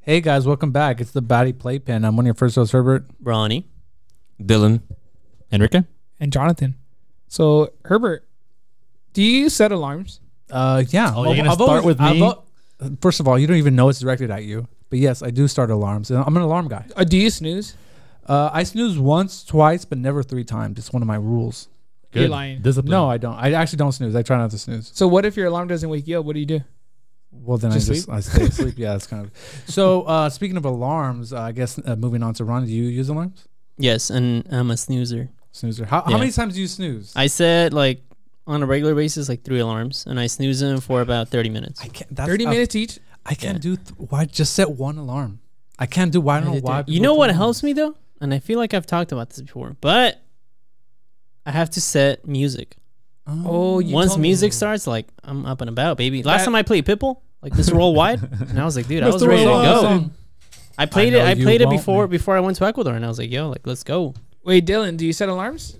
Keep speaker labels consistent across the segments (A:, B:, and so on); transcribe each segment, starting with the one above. A: Hey guys, welcome back. It's the Batty Playpen. I'm one of your first hosts, Herbert.
B: Ronnie.
C: Dylan.
D: Enrique?
E: and Jonathan. So Herbert, do you set alarms?
A: Uh, yeah.
D: Oh, you're
A: I've-
D: gonna
A: I've
D: start with
A: I've
D: me?
A: al- First of all, you don't even know it's directed at you. But yes, I do start alarms, and I'm an alarm guy.
E: Uh, do you snooze?
A: Uh, I snooze once, twice, but never three times. It's one of my rules.
E: You're lying.
D: Discipline.
A: No, I don't. I actually don't snooze. I try not to snooze.
E: So what if your alarm doesn't wake you up? What do you do?
A: Well, then
E: Just
A: I just I stay asleep. Yeah, that's kind of. So uh, speaking of alarms, uh, I guess uh, moving on to Ron, do you use alarms?
B: Yes, and I'm a snoozer.
A: Snoozer. How, how
B: Yeah.
A: many times do you snooze?
B: I set like on a regular basis like three alarms, and I snooze them for about thirty minutes.
A: I can't. That's,
E: Thirty
A: uh,
E: minutes each.
A: I can't do.
B: Yeah.
A: Th- why just set one alarm? I can't do. Why I don't know why.
B: you
A: people
B: know
A: do
B: what
A: alarms.
B: helps me though, and I feel like I've talked about this before, but I have to set music.
E: Oh, you
B: Once
E: told me.
B: music starts, like I'm up and about, baby. Last
E: That-
B: time I played Pitbull, like Mr. Worldwide, and I was like, dude, I was
E: Mr.
B: ready to
E: Worldwide.
B: go.
E: Awesome.
B: I played
A: I
B: it.
A: know
B: I
A: you
B: played it
A: want
B: before
A: me.
B: before I went to Ecuador, and I was like, yo, like let's go.
E: Wait, Dylan, do you set alarms?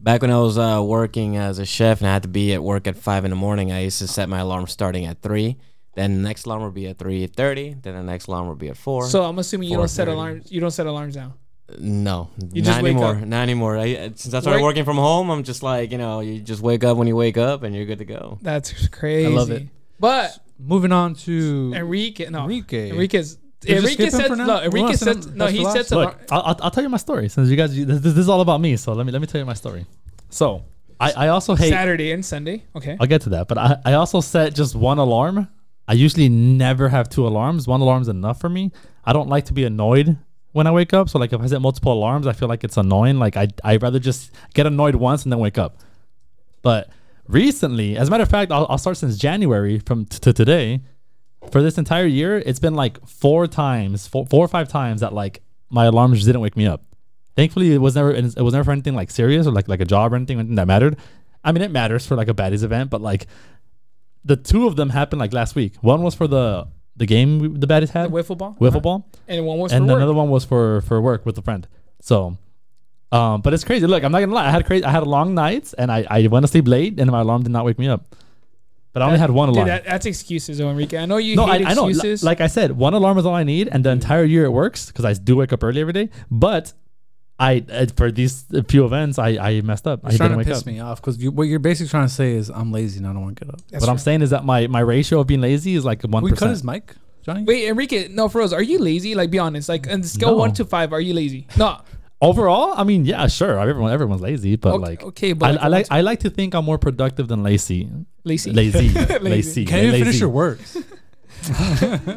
C: Back when I was uh, working as a chef and I had to be at work at five in the morning, I used to set my alarm starting at three. Then the next alarm would be at three thirty. Then the next alarm would be at four.
E: So I'm assuming you don't set
C: 4:30.
E: alarms. You don't set alarms now.
C: no,
E: You
C: not
E: just wake
C: anymore.
E: up.
C: Not anymore. I, uh, since I started
E: Work-
C: working from home, I'm just like you know, you just wake up when you wake up and you're good to go.
E: That's crazy.
A: love it.
E: But
A: Moving on to
E: Enrique, no,
A: Enrique.
E: Enrique, Enrique's.
A: We're just
E: Enrique
A: skipping
E: sets
A: for now?
E: no.
A: We're
E: Enrique
A: not
E: sets
A: setting-
E: no.
A: that's
E: He
A: the last
E: sets
A: one.
E: alarm.
D: Look, I'll, I'll, I'll tell you my story since you guys, you, this, this is all about me. So let me let me tell you my story. So I, I also hate.
E: Saturday and Sunday. Okay.
D: I'll get to that, but I, I also set just one alarm. I usually never have two alarms. One alarm's enough for me. I don't like to be annoyed when I wake up. So like if I set multiple alarms, I feel like it's annoying. Like I I'd rather just get annoyed once and then wake up. But recently, as a matter of fact, I'll, I'll start since January from t- to today. For this entire year, it's been like four times, four, four or five times that like my alarms just didn't wake me up. Thankfully, it was never it was never for anything like serious or like like a job or anything, anything that mattered. I mean, it matters for like a baddies event, but like the two of them happened like last week. One was for the the game we, the baddies had,
E: Wiffle ball.
D: wiffle ball,
E: And one was
D: and
E: for
D: another
E: work.
D: one was for for work with a friend. So, um, but it's crazy. Look, I'm not gonna lie. I had crazy. I had long nights, and I I went to sleep late, and my alarm did not wake me up. But I only had one
E: Dude,
D: alarm.
E: that, that's excuses, though, Enrique. I know you
D: no, I,
E: hate
D: I know. li-
E: excuses.
D: Like I said, one alarm is all I need, and the
A: Mm.
D: entire year it works because I do wake up early every day. But I uh, for these few events, I I messed up. I
A: You're trying
D: didn't
A: to
D: wake
A: piss
D: up.
A: me off because you, what you're basically trying to say is I'm lazy and I don't want to get up.
E: That's
D: what I'm
E: right.
D: saying is that my my ratio of being lazy is like one
A: we cut his
D: percent.
A: mic, Johnny.
E: Wait, Enrique, no, Froze, are you lazy? Like, be honest. Like, on the scale
D: No.
E: one to five, are you lazy? No.
D: Overall, I mean, yeah, sure, everyone everyone's lazy, but
E: okay,
D: like.
E: okay,
D: I,
E: but
D: I like I like to think I'm more productive than lazy.
E: lazy.
D: Lazy,
E: Lazy.
D: lazy.
A: Can you
D: lazy.
A: finish your words?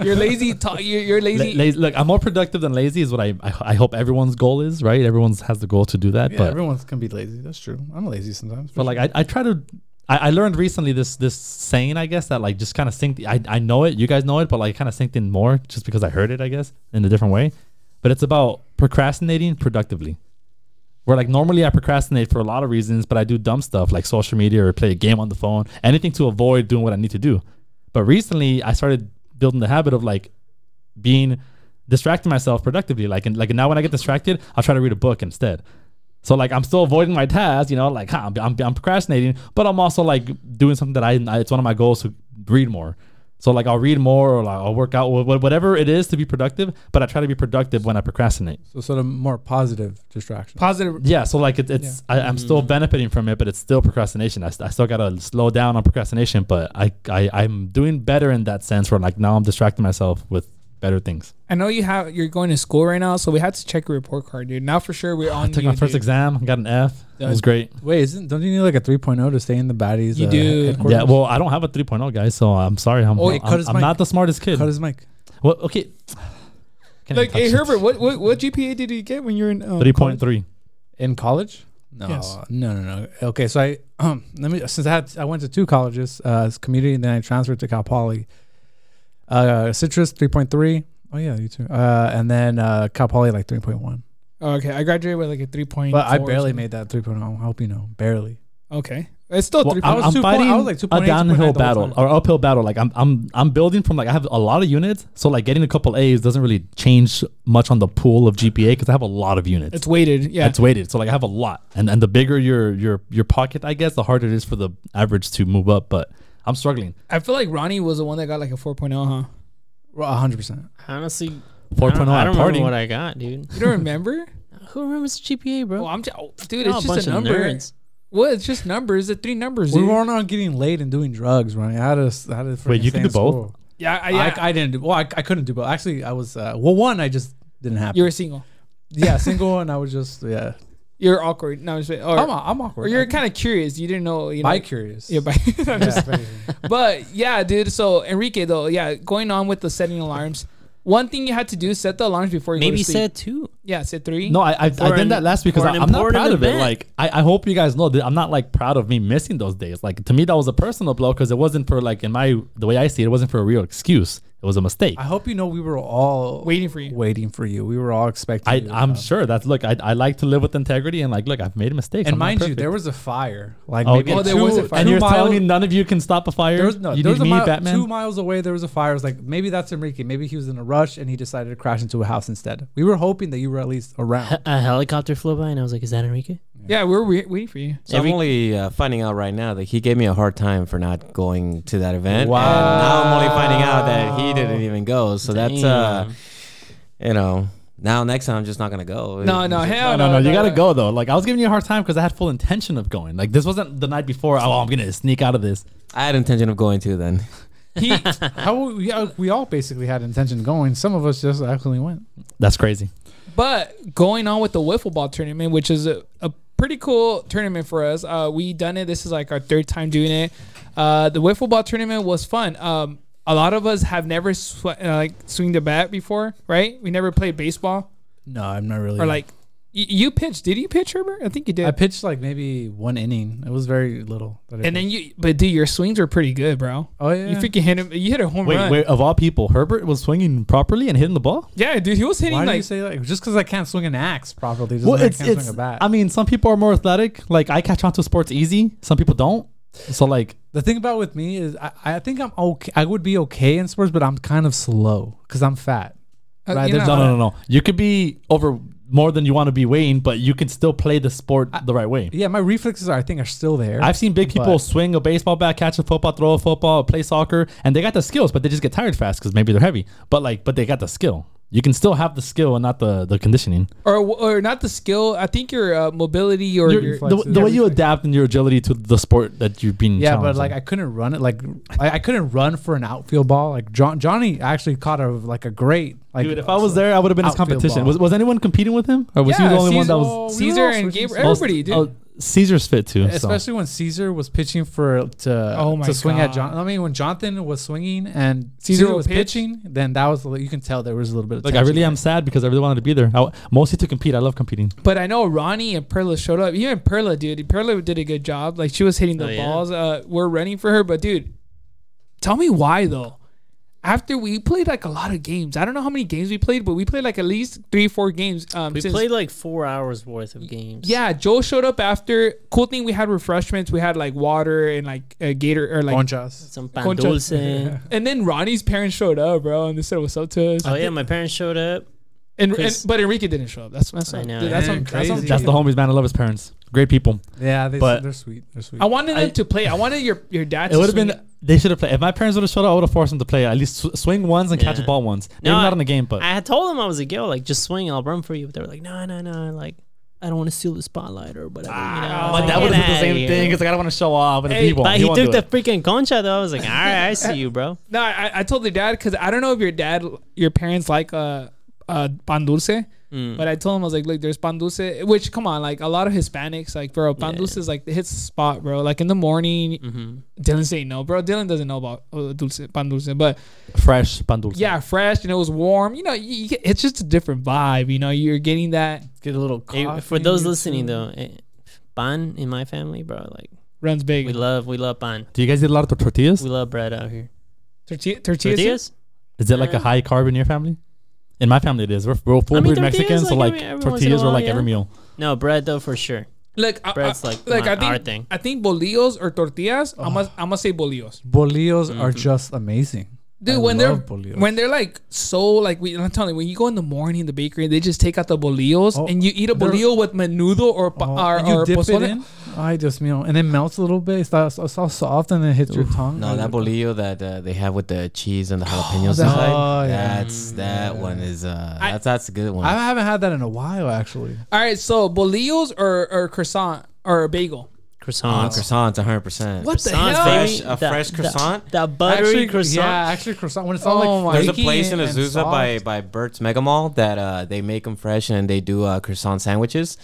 E: You're lazy. Ta- you're, you're
D: La-
E: lazy.
D: lazy- Look, I'm more productive than lazy is what I, I I hope everyone's goal is, right? Everyone's has the goal to do that,
A: yeah,
D: but
A: everyone can be lazy. That's true. I'm lazy sometimes.
D: but like I, I try to I, I learned recently this this saying I guess that like just kind of synced. I I know it, you guys know it, but like kind of synced in more just because I heard it, I guess, in a different way. But it's about procrastinating productively. Where like normally I procrastinate for a lot of reasons, but I do dumb stuff like social media or play a game on the phone, anything to avoid doing what I need to do. But recently I started building the habit of like being distracting myself productively. Like and like now when I get distracted, I'll try to read a book instead. So like I'm still avoiding my task, you know, like huh, I'm, I'm, I'm procrastinating, but I'm also like doing something that I, I- it's one of my goals to read more. So like I'll read more or like I'll work out wha- wha- whatever it is to be productive, but I try to be productive when I procrastinate.
A: so sort of more positive distraction.
E: Positive.
D: Yeah, so like it, it's I, I'm still benefiting from it, but it's still procrastination. I, st- I still gotta slow down on procrastination, but I, I I'm doing better in that sense where like now I'm distracting myself with better things.
E: I know you have. You're going to school right now, so we had to check your report card, dude. Now for sure we're on.
D: I took
E: you,
D: my first
E: dude.
D: exam, got an F. It
A: Does-
D: was great.
A: Wait, isn't don't you need like a 3.0 to stay in the baddies?
E: You
A: uh,
E: do.
A: headquarters?
D: Yeah, well, I don't have a 3.0 guys, so I'm sorry. I'm,
A: Oh, it
D: I'm,
A: cut his
D: I'm
A: mic.
D: not the smartest kid.
A: cut his mic.
D: Well, okay. Can I
E: Like,
D: touch
E: hey
D: it?
E: Herbert, what, what what GPA did you get when you were in? Uh,
D: Three point three.
A: In college? No,
E: Yes.
A: no, no, no. Okay, so I um let me since I had I went to two colleges, uh, it's community, and then I transferred to Cal Poly. Uh, Citrus three point three. Oh yeah, you too. Uh, and then uh, Cal Poly like three point one.
E: Oh, okay, I graduated with like a three point.
A: But I barely made that three point oh. I hope you know, barely.
E: Okay, it's still
D: Well,
E: Oh, three.
A: I
D: I'm,
A: was
D: I'm
A: two point- I
D: fighting
A: was like 2.8,
D: a downhill
A: 2.9 the whole
D: battle
A: time.
D: or uphill battle. Like I'm, I'm, I'm building from like I have a lot of units, so like getting a couple A's doesn't really change much on the pool of GPA because I have a lot of units.
E: It's weighted. Yeah.
D: it's weighted, so like I have a lot, and and the bigger your your your pocket, I guess, the harder it is for the average to move up. But I'm struggling.
E: I feel like Ronnie was the one that got like a 4.0, oh, huh?
A: hundred percent.
B: Honestly,
D: Four
B: I don't,
D: point oh,
B: I
D: at
B: don't remember
D: party.
B: what I got, dude.
E: You don't remember?
B: Who remembers the GPA, bro?
E: well, I'm just, oh, dude.
B: Y'all
E: It's just a number.
B: nerds.
E: Well, it's just numbers. The three numbers.
A: We
E: dude.
A: weren't on getting laid and doing drugs, right? I had to. I had to
D: Wait,
A: freaking stay
D: you can
A: in
D: do both?
A: school.
E: Yeah, I,
A: I,
E: Uh, yeah.
A: I didn't do. Well, I, I couldn't do both. Actually, I was. Uh, well, one I just didn't happen.
E: you were single.
A: yeah, single, and I was just yeah.
E: You're awkward. No, I'm just or,
A: I'm, I'm awkward.
E: or you're kind of curious. You didn't know. You know.
A: bi curious.
E: Yeah, bi- I'm
A: Yeah,
E: just-
A: basically.
E: but yeah, dude. So Enrique, though, yeah, going on with the setting alarms. One thing you had to do is set the alarms before you go
B: Maybe
E: to sleep.
B: said two.
E: yeah, set three.
D: No, I I, I
B: For an-
D: did that last because
B: for
D: I,
B: an
D: I'm not
B: important
D: proud of it.
B: event.
D: Like I, I hope you guys know that I'm not like proud of me missing those days. Like to me that was a personal blow because it wasn't for like in my the way I see it, it wasn't for a real excuse. It was a mistake.
A: I hope you know we were all
E: Waiting for you.
A: Waiting for you. We were all expecting.
D: I
A: you,
D: I'm
A: um,
D: sure that's look I, I like to live with integrity and like look I've made mistakes
A: And
D: I'm not
A: mind you,
D: perfect.
A: there was a fire. Like
D: Oh,
A: maybe
D: okay.
A: two,
D: Oh, there
E: was a fire.
D: and
A: two
D: you're telling
A: miles-
D: me none of you can stop a fire.
A: There was no.
D: you
A: there
D: need
A: was a
D: me,
A: mile,
D: Batman.
A: Two miles away, there was a fire. I was like, maybe that's Enrique. Maybe he was in a rush and he decided to crash into a house instead. We were hoping that you were at least around.
B: A helicopter flew by, and I was like, "Is that Enrique?"
E: Yeah, we we're wait- waiting for you.
C: So
B: Every-
C: I'm only uh, finding out right now that he gave me a hard time for not going to that event.
A: Wow.
C: And now I'm only finding out that he didn't even go. So that's uh,
B: Damn.
C: you know, now next time I'm just not gonna go.
E: No,
C: It's
E: no,
C: just-
E: hell
D: No, no, no. You gotta go though. Like I was giving you a hard time because I had full intention of going. Like this wasn't the night before. Oh, I'm gonna sneak out of this.
C: I had intention of going to then.
A: He, how we, uh, we all basically had intention of going. Some of us just actually went.
D: That's crazy.
E: But going on with the wiffle ball tournament, which is a, a pretty cool tournament for us. Uh, we done it. This is like our third time doing it. Uh, the wiffle ball tournament was fun. Um, a lot of us have never sw- uh, like swinged a bat before, right? We never played baseball
A: No, I'm not really.
E: or like y- you pitched. Did you pitch, Herbert? I think you did.
A: I pitched like maybe one inning. It was very little. that I
E: and
A: pitched.
E: then you, but dude, your swings were pretty good, bro.
A: oh yeah,
E: You freaking hit him. You hit a home
D: Wait,
E: run.
D: wait. Of all people, Herbert was swinging properly and hitting the ball.
E: Yeah, dude, he was hitting
A: Why do you
E: like
A: say like just because I can't swing an axe properly? Doesn't
D: Well,
A: mean
D: it's
A: I can't
D: it's.
A: swing a bat.
D: I mean, some people are more athletic. Like I catch on to sports easy. Some people don't. So like,
A: the thing about with me is I, I think I'm okay. I would be okay in sports, but I'm kind of slow because I'm fat.
E: Uh,
A: Right,
E: you
A: there's
E: know-
D: no, no, no, no. You could be over more than you want to be weighing, but you can still play the sport the right way.
A: Yeah, my reflexes are I think are still there.
D: I've seen big people
A: But-
D: swing a baseball bat, catch a football, throw a football, play soccer, and they got the skills, but they just get tired fast because maybe they're heavy. But like, but they got the skill. You can still have the skill and not the the conditioning.
E: or or not the skill. I think your uh, mobility or
D: Your-
E: your
D: the, the way you adapt and your agility to the sport that you've been.
A: yeah, but
D: challenged
A: like
D: in.
A: I couldn't run it. Like I, I couldn't run for an outfield ball. Like John, Johnny actually caught a like a great like.
D: dude, if I was there, I would have been his
A: Outfield
D: competition.
A: ball.
D: Was, was anyone competing with him, or was he the only one that was?
A: was-
E: Caesar and
A: Caesar-
E: Gabriel? Everybody, dude.
D: Oh, Caesar's fit too. so.
A: especially when Caesar was pitching for to
E: Oh my
A: to swing at
E: God.
A: John. I mean, when Jonathan was swinging and
E: Caesar
A: Caesar,
E: would
A: was
E: pitch?
A: pitching, then that was you can tell there was a little bit of
D: Like I
A: tension
D: really
A: there.
D: am sad because I really wanted to be there. I w mostly to compete. I love competing.
E: But I know Ronnie and Perla showed up. Even Perla, dude. Perla did a good job. Like she was hitting the
B: Oh, yeah.
E: balls. Uh, we're running for her. But dude, tell me why though. After we played like a lot of games. I don't know how many games we played, but we played like at least three, four games. Um,
B: We
E: since-
B: played like four hours worth of games.
E: Yeah, Joel showed up after. Cool thing, we had refreshments. We had like water and like a gator or like.
A: Conchas.
B: Some pan
E: Concha.
B: dulce.
E: And then Ronnie's parents showed up, bro, and they said what's up to us.
B: Oh yeah, my parents showed up.
E: and, and
B: Chris.
E: but Enrique didn't show up. That's that's
B: I
E: what-
B: know,
E: dude, that's
D: Mm,
A: yeah.
E: what- that's what-
A: Crazy.
D: That's the homies, man. I love his parents. Great people.
A: Yeah, they,
D: But-
A: they're sweet. They're sweet.
E: I wanted them
D: I-
E: to play. I wanted your your dad.
D: It
E: to
D: would have
E: swing
D: been. They should have played. If my parents would have showed up, I would have forced them to play at least sw- swing once and catch a
B: Yeah.
D: ball once. Maybe
B: No,
D: not
B: I-
D: in the game, but
B: I had told them I was a girl, like just swing, I'll run for you. But they were like, no, no, no, like I don't want to steal the spotlight or whatever. you know? I was
D: Ah. but
B: like, "Get
D: that would have been the
B: outta
D: same
B: here."
D: thing because like, I don't want to show off. And if
E: Hey,
D: he won't,
B: But he,
D: won't
B: took
D: do
B: the
D: it.
B: freaking concha though. I was like, all right, I see you, bro.
E: No, I, I told their dad because I don't know if your dad, your parents like uh, uh, pan dulce,
B: Mm.
E: but I told him I was like, look, there's pan dulce, which come on, like a lot of Hispanics, like bro, pan
B: Yeah.
E: dulce is like it hits the spot, bro. Like in the morning,
B: Mm-hmm.
E: Dylan say no, bro. Dylan doesn't know about uh, dulce, pan dulce, but
D: fresh pan dulce.
E: yeah, fresh and it was warm. You know, you, you get- it's just a different vibe. You know, you're getting that
A: get a little
B: Hey, for those listening though, eh, pan in my family, bro, like
E: runs big.
B: we love, we love pan.
D: Do you guys eat a lot of tortillas?
B: We love bread out here.
E: Tortilla, tortillas.
B: Tortillas?
D: Is it like a
B: Uh,
D: high carb in your family? In my family, it is. We're, we're full
B: I mean,
D: breed
B: tortillas,
D: Mexicans, so
B: like,
D: like
B: every- every once in a
D: tortillas were
B: while,
D: like
B: yeah.
D: every meal.
B: No bread though for sure.
E: Look, I,
B: Bread's
E: I-
B: like
E: Uh, like
B: my-
E: I think
B: our thing.
E: I think bolillos or tortillas. I'm gonna I'm gonna say bolillos.
A: Bolillos are just amazing.
E: Dude,
A: I
E: when they're
A: love bolillos.
E: when they're like so like we I'm telling you when you go in the morning in the bakery they just take out the bolillos
A: Oh,
E: and you eat a
A: they're-
E: bolillo with menudo or pa-
A: Oh,
E: or,
A: and you
E: or
A: dip
E: pozole.
A: it in. I just you know, and it melts a little bit. It's all, it's all soft and it hits your tongue.
C: No,
A: I like
C: that bolillo that uh, they have with the cheese and the jalapenos
A: that-
C: inside.
A: Oh, yeah.
C: That's that one is uh
E: I-
C: that's that's a good one.
A: I haven't had that in a while, actually.
E: All right, so bolillos or or croissant or a bagel.
C: Uh,
B: croissants.
C: croissants, 100%.
E: What the
B: Croissants,
E: hell?
C: Fresh,
B: baby.
C: a
B: That-
C: fresh
B: that-
C: croissant.
B: That buttery
A: actually,
B: croissant.
A: Yeah, actually croissant. When it's all
E: Oh
A: like
E: my
C: There's a
A: flaky
C: place in
A: and
C: Azusa by
A: soft.
C: by Bert's Mega Mall that uh, they make them fresh and they do uh, croissant sandwiches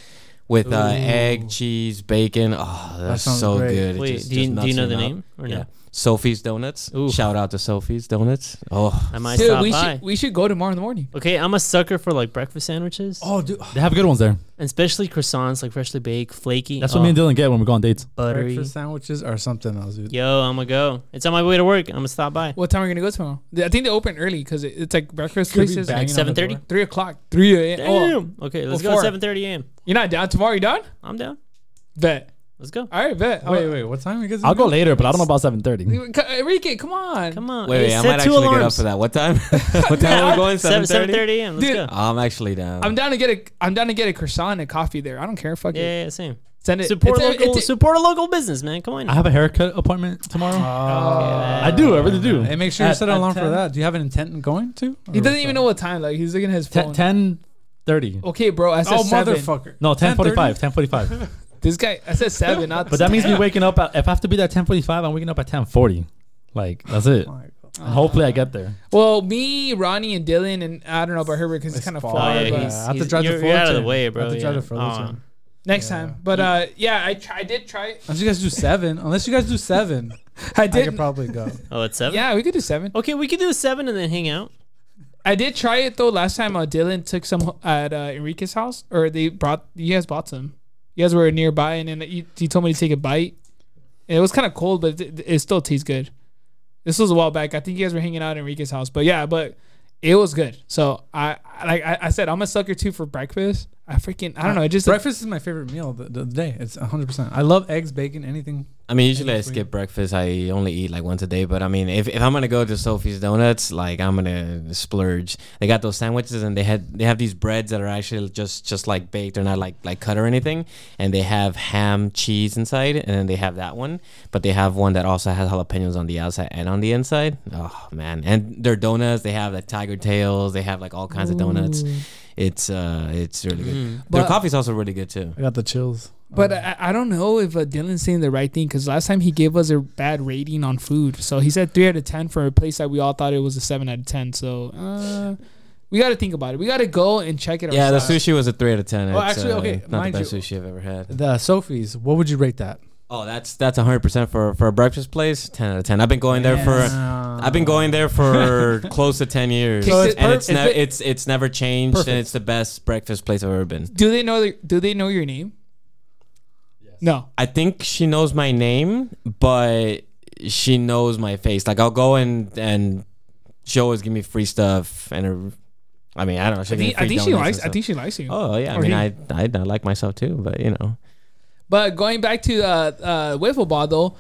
C: with uh, egg, cheese, bacon. Oh, that's
A: sounds
C: so
A: great.
C: good. It
B: Wait,
C: just-
B: do you,
C: just
B: do you
C: melts
B: know
C: in
B: the
C: your mouth.
B: name or no?
C: Yeah. Sophie's Donuts.
B: Ooh.
C: Shout out to Sophie's Donuts. Oh,
B: I might
E: Dude,
B: stop
E: we
B: by.
E: should we should go tomorrow in the morning.
B: okay, I'm a sucker for like breakfast sandwiches,
A: Oh, dude,
D: They have good ones there.
B: and especially croissants, like freshly baked, flaky.
D: That's
B: oh,
D: what me and Dylan get when we go on dates.
B: buttery.
A: breakfast sandwiches or something else, dude.
B: Yo, I'm gonna go. It's on my way to work. I'm gonna stop by.
E: What time are we gonna go tomorrow? I think they open early because it, it's like breakfast
A: Could be
E: places.
A: banging
E: Like
A: on the
B: 7:30?
A: door.
E: three o'clock, three a.m. Oh,
B: Damn. Okay, let's
E: Before.
B: go at 7:30 a.m.
E: you're not down tomorrow? You down?
B: I'm down.
E: Bet.
B: Let's go.
E: All right, bet.
A: Wait, wait, what time? is it
D: I'll go
A: again?
D: later, but I don't know about 7:30.
E: wait. Enrique, come on.
B: Come on.
C: wait, wait, I
B: Set
C: might
B: two
C: actually get up
B: alarms.
C: for that. What time? what time are we going?
B: Seven-
C: 7:30.
B: 7:30 a.m. Let's
E: Dude.
B: go.
C: I'm actually down.
E: I'm down to get a I'm down to get a croissant and a coffee there. I don't care. Fuck
B: Yeah,
E: it.
B: yeah, yeah, same.
E: Send it.
B: Support
E: It's-
B: local.
E: it's-
B: support a local business, man. Come on.
D: I have a haircut appointment tomorrow.
A: Oh.
D: I do, I really do.
A: And make sure you
D: At-
A: set an
D: at
A: alarm for
D: 10?
A: that. Do you have an intent in going to?
E: He
A: Or
E: doesn't
A: what's
E: even
A: that?
E: know what time. Like he's looking at his phone.
D: 10, 30.
E: Okay, bro. I said
A: Oh,
E: seven.
A: motherfucker.
D: No, 10:45.
A: 10:30?
D: 10:45.
E: This guy. I said seven. Not
D: but that means me waking up. At, if I have to be there at 10:45, I'm waking up at 10:40. Like that's it.
A: Oh My God.
D: And hopefully, I get there.
E: well, me, Ronnie, and Dylan, and I don't know about Herbert because
A: It's
E: it's kind of
A: far,
E: far.
B: Oh, yeah,
E: but-
B: he's,
A: I have to
B: he's-
A: drive to
B: you're, you're out of the
A: Fullerton.
B: way,
A: I
B: bro.
A: have to
B: yeah.
A: drive to Fullerton.
B: Uh-uh.
E: next
A: Yeah.
E: time. But uh, yeah, I try, I did try. it.
A: Unless you guys do seven. Unless you guys do seven,
E: I
A: I
E: did.
A: could probably go.
B: Oh, it's seven.
E: yeah, we could do seven.
B: Okay, we could do a seven and then hang out.
E: I did try it though. Last time, uh, Dylan took some at uh, Enrique's house, or they brought you guys bought some. You guys were nearby, and then you, he told me to take a bite. And it was kind of cold, but it, it still tastes good. This was a while back. I think you guys were hanging out at Enrique's house, but yeah, but it was good. So I, I like I, I said, I'm a sucker too for breakfast. I freaking I don't know. It just
A: Breakfast is my favorite meal of the, the day. It's 100%. I love eggs, bacon, anything.
C: I mean, usually I
A: Anything for you?
C: skip breakfast. I only eat like once a day. But I mean, if, if I'm gonna go to Sophie's Donuts, like I'm gonna splurge. They got those sandwiches, and they had they have these breads that are actually just just like baked. They're not like like cut or anything. And they have ham, cheese inside, and then they have that one. But they have one that also has jalapenos on the outside and on the inside. Oh man! And their donuts, they have like tiger tails. They have like all kinds of donuts. It's uh, it's really
A: Mm-hmm.
C: good. Their
E: But-
C: coffee's also really good too.
A: I got the chills.
E: But I, I don't know if uh, Dylan's saying the right thing because last time he gave us a bad rating on food. So he said three out of ten for a place that we all thought it was a seven out of ten. So uh, we got to think about it. We got to go and check it.
C: Yeah, the
E: ourselves.
C: sushi was a three out of ten.
A: Well,
C: It's,
A: actually,
C: uh,
A: okay,
C: not the
A: mind
C: best
A: you-
C: sushi I've ever had.
A: The Sophie's, what would you rate that?
C: Oh, that's that's hundred percent for for a breakfast place. Ten out of ten. I've been going there for I've been going there for close to ten years,
E: So it's
C: and
E: per-
C: it's never
E: is it-
C: it's it's never changed,
D: Perfect.
C: and it's the best breakfast place I've ever been.
E: Do they know? The, do they know your name? No.
C: I think she knows my name, but she knows my face. Like I'll go and and she always give me free stuff, and her, I mean I don't know.
E: I
C: she'll give me
E: think, I
C: free
E: think she
C: donuts and
E: likes. I
C: stuff.
E: think she likes you.
C: Oh yeah, I
E: or
C: mean
E: he-
C: I, I I like myself too, but you know.
E: But going back to uh, uh, wiffle ball though,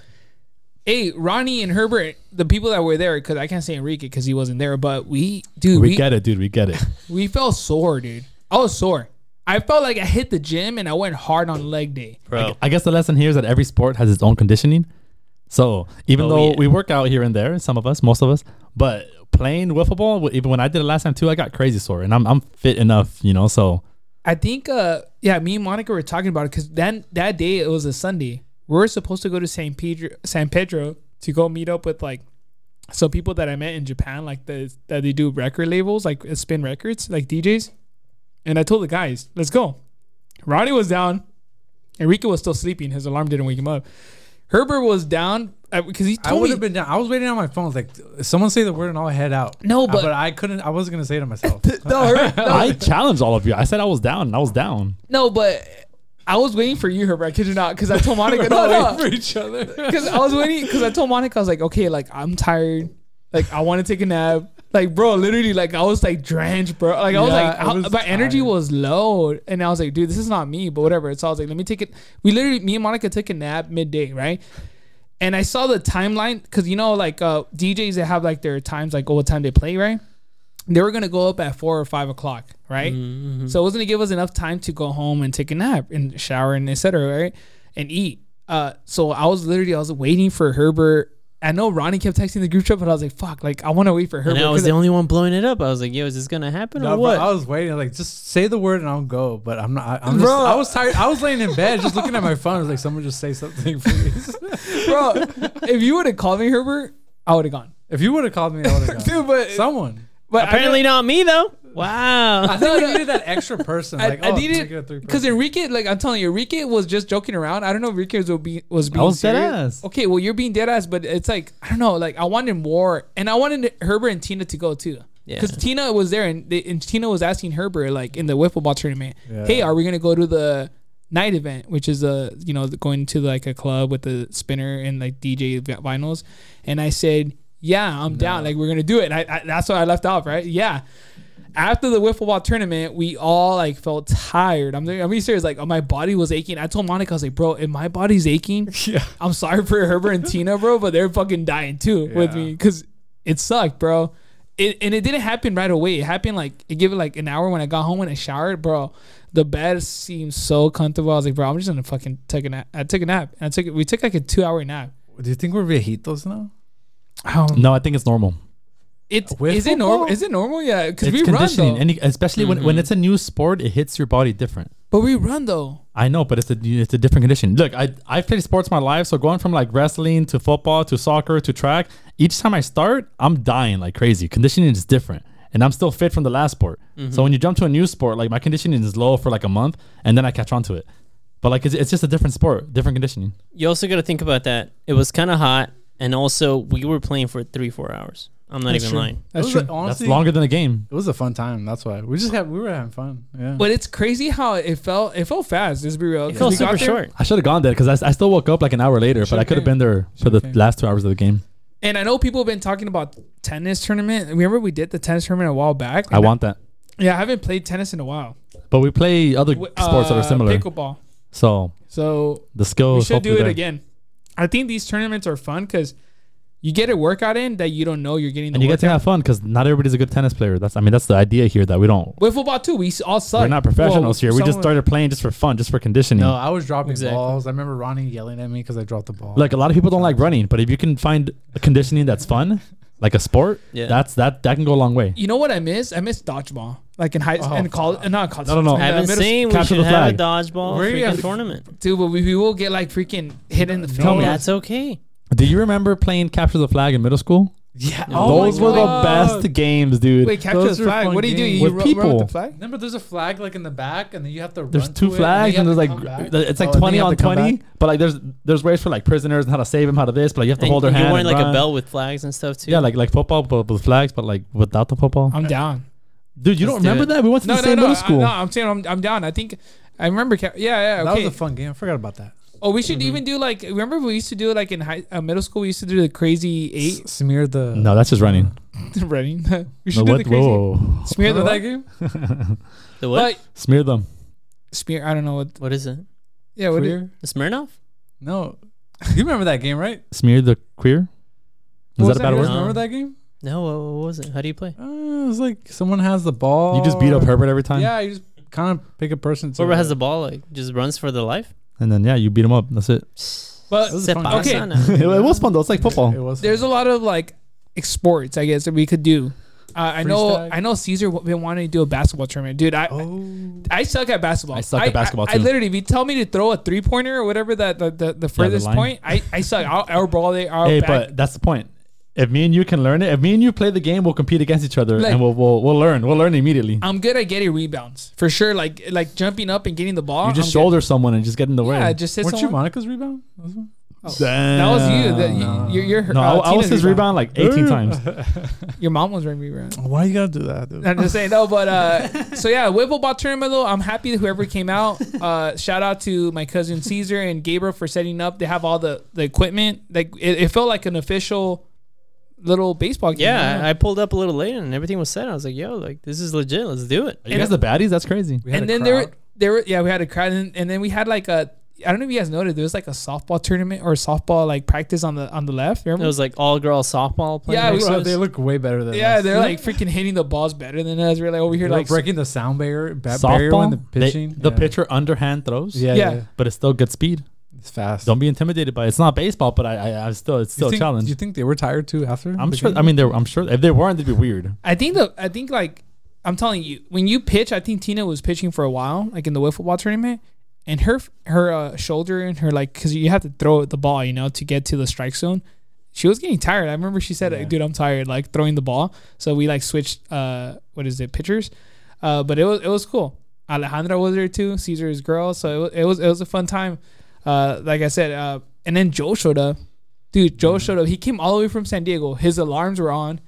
E: hey Ronnie and Herbert, the people that were there, because I can't say Enrique because he wasn't there. But we, dude,
D: We get it, dude. We get it.
E: We felt sore, dude. I was sore. I felt like I hit the gym and I went hard on leg day.
B: Bro,
D: I guess the lesson here is that every sport has its own conditioning. So even
B: Oh,
D: though
B: yeah.
D: we work out here and there, some of us, most of us, but playing wiffle ball, w- even when I did it last time too, I got crazy sore, and I'm I'm fit enough, you know. So
E: I think, uh, yeah, me and Monica were talking about it because then that day it was a Sunday. We were supposed to go to San Pedro, San Pedro to go meet up with like some people that I met in Japan, like the that they do record labels, like uh, spin records, like DJs. And I told the guys, let's go. Ronnie was down. Enrique was still sleeping. His alarm didn't wake him up. Herbert was down uh, because he
A: I
E: told
A: would
E: me
A: have been down. I was waiting on my phone. Like, someone say the word and I'll head out.
E: No,
A: Uh,
E: but-
A: but I couldn't. I wasn't gonna say it to myself.
E: no, Herbert, no,
D: I challenged all of you. I said I was down, and I was down.
E: No, but I was waiting for you, Herbert. I kid you not, because I told Monica. no, no,
A: each other.
E: because I was waiting. Because I told Monica, I was like, okay, like I'm tired, like I want to take a nap. Like, bro, literally, like I was like drenched, bro. Like I was
A: Yeah,
E: like,
A: I
E: I-
A: was
E: my energy
A: tired.
E: was low, and I was like, dude, this is not me, but whatever. So I was like, let me take it. We literally, me and Monica took a nap midday, right? and I saw the timeline because you know, like uh, DJs, they have like their times, like oh, what time they play, right? They were gonna go up at four or five o'clock, right?
B: Mm-hmm,
E: So it wasn't gonna give us enough time to go home and take a nap and shower and etc. Right, and eat. Uh, so I was literally I was waiting for Herbert. I know Ronnie kept texting the group chat, but I was like, "Fuck!" Like I want to wait for Herbert.
B: And I was
E: 'cause
B: the only one blowing it up. I was like, "Yo, is this gonna happen
A: No,
B: or
A: bro,
B: what?"
A: I was waiting. Like, just say the word and I'll go. But I'm not. I, I'm just, I was tired. I was laying in bed, just looking at my phone. I was like, someone just say something, please.
E: bro. if you would have called me Herbert, I would have gone.
A: if you would have called me, I would have gone.
E: Dude, but-
A: someone.
E: But I
B: Apparently not me though.
A: I
B: Wow.
A: think we needed that extra person.
E: I,
A: like,
E: I
A: oh,
E: needed
A: make it a three
E: because Enrique, like I'm telling you, Enrique was just joking around. I don't know if Enrique was be was being
D: was dead
E: serious.
D: ass.
E: Okay, well you're being dead ass, but it's like I don't know. Like I wanted more, and I wanted Herbert and Tina to go too.
B: Yeah.
E: Because Tina was there, and, they, and Tina was asking Herbert, like in the wiffle ball tournament, "Hey, are we gonna go to the night event, which is a you know going to like a club with the spinner and like DJ vi- vinyls?" And I said, "Yeah, I'm down. Like we're gonna do it." And I, I, that's why I left off, right? Yeah after the wiffle ball tournament, we all like felt tired. I'm I'm being serious. Like my body was aching. I told Monica, I was like, bro, if my body's aching, yeah. I'm sorry for Herbert and Tina, bro, but they're fucking dying too with me because it sucked, bro. It, and it didn't happen right away. It happened like it gave it like an hour when I got home and I showered, bro. The bed seemed so comfortable. I was like, bro, I'm just gonna fucking take a nap. I took a nap. And I took we took like a two hour nap.
A: Do you think we're viejitos now?
E: Um,
D: No, I think it's normal.
E: it's
A: Wiffle
E: is it
A: ball?
E: normal? Is it normal? Yeah, because
D: It's
E: we run
D: conditioning,
E: though.
D: and you- especially when,
E: Mm-hmm.
D: when it's a new sport, it hits your body different.
E: but we run though.
D: I know, but it's a it's a different condition. Look, I I've played sports my life, so going from like wrestling to football to soccer to track, each time I start, I'm dying like crazy. Conditioning is different, and I'm still fit from the last sport.
E: Mm-hmm.
D: So when you jump to a new sport, like my conditioning is low for like a month, and then I catch on to it. But like it's, it's just a different sport, different conditioning.
B: You also got to think about that. It was kind of hot, and also we were playing for three, four hours. I'm not
E: That's
B: even
E: true.
B: lying.
E: That's
A: it was
E: true.
A: like, honestly,
D: That's longer than a game.
A: It was a fun time. That's why we just had we were having fun. Yeah.
E: But it's crazy how it felt. It felt fast. Let's be real.
B: It
E: 'Cause
B: felt
E: we got
B: super
E: there,
B: short.
D: I should have gone there because I, s- I still woke up like an hour later, but I could have
E: came.
D: been there for the last two hours of the game.
E: And I know people have been talking about tennis tournament. Remember we did the tennis tournament a while back.
D: I want that,
E: Yeah, I haven't played tennis in a while.
D: but we play other
E: W-
D: sports that
E: uh,
D: are similar, Oh,
E: Pickleball.
D: so
E: So
D: the skills.
E: we should do
D: hopefully
E: it
D: there.
E: again. I think these tournaments are fun because you get a workout in that you don't know you're getting. The
D: and you get
E: workout.
D: to have fun because not everybody's a good tennis player. That's I mean that's the idea here that we don't
E: with football too. We s- all suck.
D: we're not professionals
E: Well,
D: here. We just
E: someone-
D: started playing just for fun, just for conditioning.
A: no, I was dropping
B: Exactly.
A: balls. I remember Ronnie yelling at me because I dropped the ball.
D: Like a lot of people don't like running, but if you can find a conditioning that's fun, like a sport,
B: Yeah.
D: that's that that can go a long way.
E: You know what I miss? I miss dodgeball, like in high
A: Oh,
E: and college, and not college.
D: No, no, no.
E: uh,
B: I haven't
E: middle-
B: seen. We
D: capture
B: should
D: the
B: have a
D: flag.
B: dodgeball
A: Where you
B: freaking
A: at?
B: tournament.
E: dude. But we, we will get like freaking hit in the face.
A: Tell me.
B: That's okay.
D: Do you remember playing capture the flag in middle school?
A: yeah.
E: Oh my
D: Those were the
E: God.
D: best games, dude.
E: Wait, capture the
A: Those are
E: flag.
A: fun
E: What do you do?
A: games.
E: You
D: With
E: ru- run with
D: people.
E: the flag?
A: Remember, there's a flag like in the back, and then you have to.
D: there's
A: run
D: two
A: to it,
D: flags
A: then
D: and
A: you
D: there's
A: have
D: like
A: to come back.
D: it's
A: Oh,
D: like
A: and then
D: 20
A: you have
D: on
A: to come
D: 20
A: back.
D: but like there's there's ways for like prisoners and how to save them how to this but like you have to
B: And
D: hold their
B: you're
D: hand
B: wearing
D: and
B: like a
D: run.
B: belt with flags and stuff too.
D: yeah like like football but with flags but like without the football
E: I'm down.
D: dude you
B: Let's
D: don't
B: do
D: remember
B: it.
D: that we went to
E: No,
D: the
E: no,
D: same
E: no,
D: middle
E: I,
D: school
E: no. I'm saying I'm, I'm down. I think I remember. Ca- yeah, yeah.
A: That
E: Okay.
A: was a fun game. I forgot about that.
E: oh, we
D: Mm-hmm.
E: should even do like. Remember we used to do like in high uh, middle school. We used to do the crazy
A: S-
E: eight
A: smear the.
D: no that's just running
E: running. we
D: No,
E: should do
D: what?
E: the crazy
D: Whoa.
E: smear the
A: Remember
E: leg.
A: that game?
B: the what?
E: But
D: Smear them.
E: smear. I don't know what.
B: what is it?
E: Yeah, what? Is,
A: Queer?
B: The Smirnoff?
A: No, you remember that game, right?
D: Smear the queer? Is
E: What
D: that
E: was
D: a
E: that?
D: bad
A: You
D: word?
A: guys
B: No.
A: remember that game?
B: No, what, what was it? How do you play?
A: Uh, it was like someone has the ball.
D: You just beat up
E: Oh.
D: Herbert every time?
A: Yeah, you just kind of pick a person. to-
B: Whoever has the ball like just runs for their life.
D: And then, yeah, you beat him up. That's it.
E: but
A: This is
B: Se
A: fun.
B: pasa
E: Okay.
B: nada.
D: it was fun, though. It's like
A: It
D: football.
A: was.
E: there's a lot of like sports. I guess that we could do. Uh, I know.
A: Freestyle.
E: I know. Caesar w- been wanting to do a basketball tournament, dude. I.
A: Oh.
E: I suck at basketball.
D: I suck at basketball,
E: I,
D: too.
E: literally, if you tell me to throw a three pointer or whatever that the, the, the furthest
D: line.
E: point, I, I suck. I'll, I'll brawl it. I'll
D: Hey,
E: back-
D: but that's the point. If me and you can learn it, if me and you play the game, we'll compete against each other
E: Like-
D: and we'll, we'll we'll learn. We'll learn immediately.
E: I'm good at getting rebounds for sure. Like like jumping up and getting the ball.
D: you just
E: I'm
D: shoulder someone and just get in the
E: Good.
D: way.
E: Yeah, just hit
A: Weren't you
E: someone.
A: Monica's rebound? That was one?
E: that was you. That
D: Damn.
E: you you're, uh, you're,
D: no, I, I was
E: Tina's
D: his rebound like 18 times.
E: Oh, Your mom was running rebound.
A: Oh, Why you gotta do that, dude?
E: I'm just saying no, but uh, so yeah, Wibble ball tournament though. I'm happy that whoever came out. Uh, shout out to my cousin Caesar and Gabriel for setting up. They have all the the equipment. Like it, it felt like an official little baseball game. I don't
B: Yeah,
E: know.
B: I- I pulled up a little later and everything was set. I was like, yo, like this is legit. Let's do it.
D: Are you guys the baddies? That's crazy.
A: We had
E: and
A: a
E: then there were
A: crowd.
E: there were yeah we had a crowd and, and then we had like a I don't know if you guys noted there was like a softball tournament or softball like practice on the on the left.
B: It
E: Remember?
B: was like all girl softball playing.
E: Yeah, we
B: next to
A: Bro,
B: us.
A: they look way better than
E: yeah,
A: us.
E: they're like freaking hitting the balls better than us. We're like over here
A: They're
E: like
A: breaking the sound barrier, ba- barrier
D: Softball,
A: when the
D: they-
A: pitching.
D: the
A: yeah.
D: pitcher underhand throws.
A: Yeah, yeah,
E: Yeah.
D: but it's still good speed.
A: it's fast.
D: Don't be intimidated by it. It's not baseball, but I, I, I still,
A: Do you
D: it's still a
A: think,
D: challenge.
A: Do you think they were tired too after?
D: I'm
A: the
D: sure.
A: game?
D: I mean, they were- I'm sure if they weren't, they'd be weird.
E: I think the I think like I'm telling you, when you pitch, I think Tina was pitching for a while, like in the wiffle ball tournament, and her her uh, shoulder and her like because you have to throw the ball, you know, to get to the strike zone. She was getting tired. I remember she said, "Dude, I'm tired," like throwing the ball. So we like switched. Uh, what is it, pitchers? Uh, but it was it was cool. Alejandra was there too. Caesar's girl. So it was it was, it was a fun time. Uh, like I said, uh, and then Joe showed up. Dude, Joe showed up. He came all the way from San Diego. His alarms were on.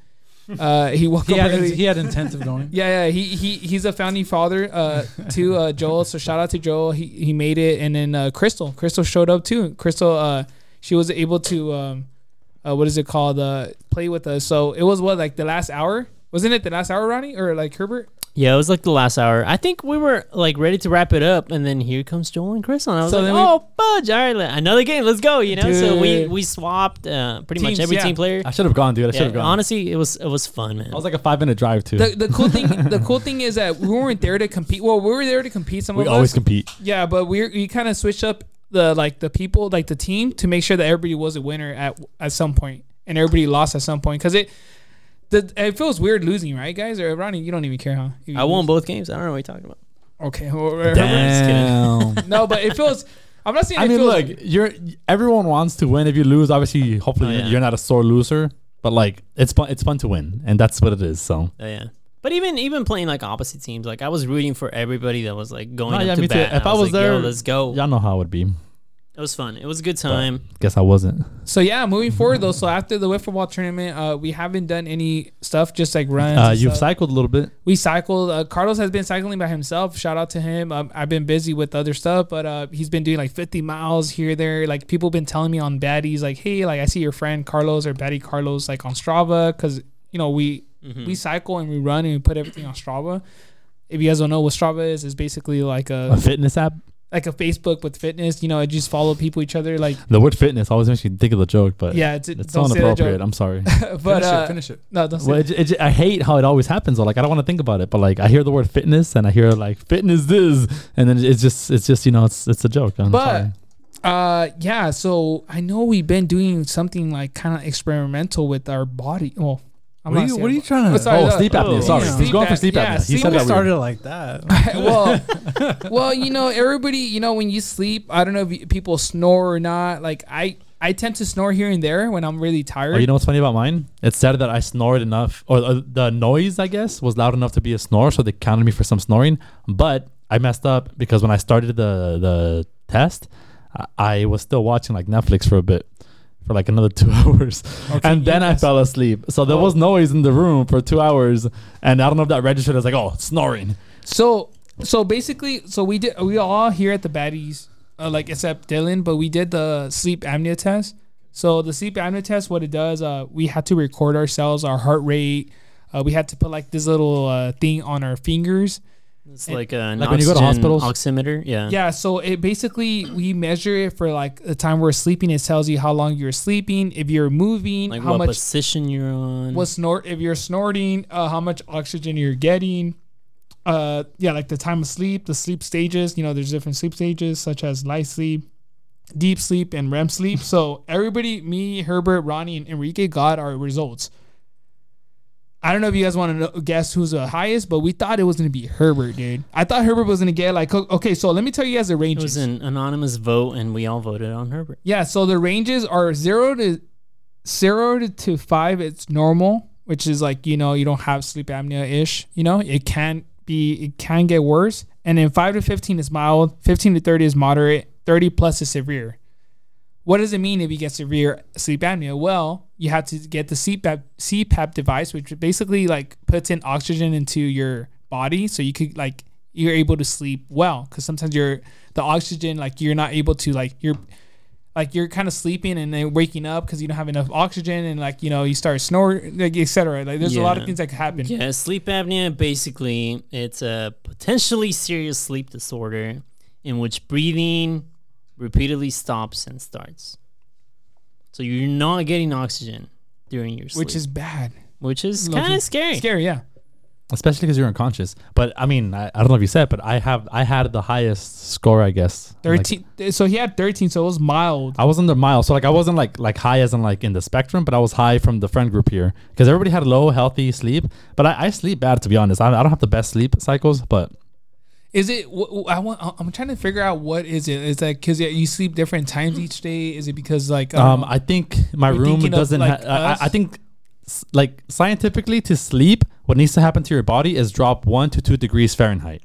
E: Uh, he woke
A: he
E: up
A: had,
E: early.
A: he had intent of going.
E: Yeah, yeah, he, he he's a founding father uh, to uh, Joel. So shout out to Joel. He he made it, and then uh, Crystal, Crystal showed up too. Crystal, uh, she was able to um, uh, what is it called? Uh, play with us. So it was what like the last hour, wasn't it? The last hour, Ronnie, or like Herbert?
B: Yeah, it was like the last hour. I think we were like ready to wrap it up, and then here comes Joel and Chris, and I was
E: So
B: like,
E: then we-
B: "Oh, fudge! All right, le- another game. Let's go!" You know. So we
E: Dude.
B: we swapped uh, pretty
E: Teams,
B: much every
E: yeah.
B: team player.
D: I should have gone, dude. I should
B: Yeah,
D: have gone.
B: honestly, it was it was fun, man.
D: I was like a five minute drive too.
E: The, the cool thing the cool thing is that we weren't there to compete. Well, we were there to compete. Some
D: we
E: of
D: always
E: us,
D: compete.
E: yeah, but we we kind of switched up the like the people like the team to make sure that everybody was a winner at at some point and everybody lost at some point because it the it feels weird losing right guys or Ronnie you don't even care huh If you
B: I won
E: lose.
B: both games. I don't know what you're talking about.
E: okay well, we're-
D: Damn.
E: no but it feels I'm not saying
D: I
E: it
D: mean,
E: feels,
D: look, you're everyone wants to win. If you lose, obviously, hopefully,
B: Oh, yeah.
D: you're not a sore loser. But like, it's fun. It's fun to win, and that's what it is. So.
B: Oh, yeah. But even even playing like opposite teams, like I was rooting for everybody that was like going
D: No,
B: up
D: yeah,
B: to
D: me too.
B: bat.
D: If I was
B: like, yo,
D: there-
B: let's go.
D: Y'all know how it would be.
B: It was fun. It was a good time.
D: Guess I wasn't.
E: so yeah moving forward though so after the wiffle ball tournament uh we haven't done any stuff just like runs
D: Uh,
E: and
D: you've
E: stuff.
D: cycled a little bit.
E: we cycled. Uh, Carlos has been cycling by himself. Shout out to him. Um, I've been busy with other stuff, but uh, he's been doing like 50 miles here, there. Like people been telling me on baddies, like, hey, like I see your friend Carlos or baddie Carlos like on Strava, because you know we we cycle and we run and we put everything on Strava. If you guys don't know what Strava is, it's basically like
D: A
E: a
D: fitness app.
E: like a Facebook with fitness. You know, it just follow people each other. Like
D: The word fitness always makes me think of the joke, but
E: yeah, it's,
D: it's
E: don't
D: so
E: say that
D: inappropriate.
E: joke.
D: I'm sorry.
E: But
A: finish
E: uh,
A: it. Finish it.
E: no, don't say
D: well,
E: that.
D: it, it, I hate how it always happens. Though. Like I don't want to think about it, but like I hear the word fitness and I hear like fitness this, and then it's just it's just you know it's it's a joke. I'm
E: But-
D: sorry.
E: Uh, yeah. So I know we've been doing something like kind of experimental with our body. Well,
A: What are
E: I'm not
A: you?
E: saying-
A: What are you trying
E: Oh,
A: to?
E: sorry,
D: oh,
E: that-
D: sleep apnea.
B: oh,
D: sorry,
B: yeah.
D: he's going for
E: Sleep
D: sleep
E: apnea.
D: apnea. he
E: Sleep
D: said
A: we
D: that weird.
A: started like that.
E: well, well, you know, everybody, you know, when you sleep, I don't know if you- people snore or not. Like I, I tend to snore here and there when I'm really tired.
D: Oh, you know what's funny about mine? It said that I snored enough, or uh, the noise, I guess, was loud enough to be a snore, so they counted me for some snoring. But I messed up because when I started the the test, I, I was still watching like Netflix for a bit, for like another two hours, and then I fell asleep. So there was noise in the room for two hours, and I don't know if that registered as like oh snoring.
E: So so basically, so we did we all here at the baddies, uh, like except Dylan, but we did the sleep apnea test. So the sleep apnea test, what it does, uh, we had to record ourselves, our heart rate. Uh, we had to put like this little uh, thing on our fingers.
B: It's
E: And-
B: like an like
D: Like when you go to hospitals?
B: oximeter. Yeah.
E: Yeah, so it basically we measure it for like the time we're sleeping. It tells you how long you're sleeping, if you're moving,
B: Like
E: how
B: what
E: much
B: position you're on.
E: what snort if you're snorting, uh, how much oxygen you're getting. Uh, yeah, like the time of sleep, the sleep stages. You know, there's different sleep stages such as light sleep, deep sleep, and REM sleep. So everybody, me, Herbert, Ronnie, and Enrique got our results. I don't know if you guys want to know, guess who's the highest, but we thought it was gonna be Herbert, dude. I thought Herbert was gonna get like o- okay. So let me tell you guys the
B: it was
E: ranges.
B: an anonymous vote, and we all voted on Herbert.
E: Yeah, so the ranges are zero to zero to, to five. It's normal, which is like you know you don't have sleep apnea ish. You know it can be it can get worse, and then five to fifteen is mild. Fifteen to thirty is moderate. Thirty plus is severe. What does it mean if you get severe sleep apnea? Well, you have to get the CPAP CPAP device, which basically like puts in oxygen into your body, so you could like you're able to sleep well. Because sometimes you're the oxygen like you're not able to like you're like you're kind of sleeping and then waking up because you don't have enough oxygen and like you know you start snoring like etc like there's a lot of
B: Yeah.
E: things that could happen
B: Yeah, sleep apnea basically it's a potentially serious sleep disorder in which breathing, repeatedly stops and starts. So you're not getting oxygen during your sleep,
E: which is bad.
B: which is
E: low-key
B: kind of scary.
E: Scary, yeah.
D: especially because you're unconscious. But I mean, I, I don't know if you said, but I have I had the highest score, I guess. Like,
E: Thirteen. so he had thirteen. So it was mild.
D: I was under mild, so like I wasn't like like high as in like in the spectrum, but I was high from the friend group here because everybody had low healthy sleep. But I, I sleep bad to be honest. I, I don't have the best sleep cycles, but
E: Is it? wh- wh- I want. I- I'm trying to figure out what is it. Is that because you sleep different times each day? Is it because like
D: um, I think my
E: You're
D: room
E: thinking of,
D: doesn't.
E: like,
D: ha- I- I,
E: us?
D: I think s- like scientifically to sleep, what needs to happen to your body is drop one to two degrees Fahrenheit.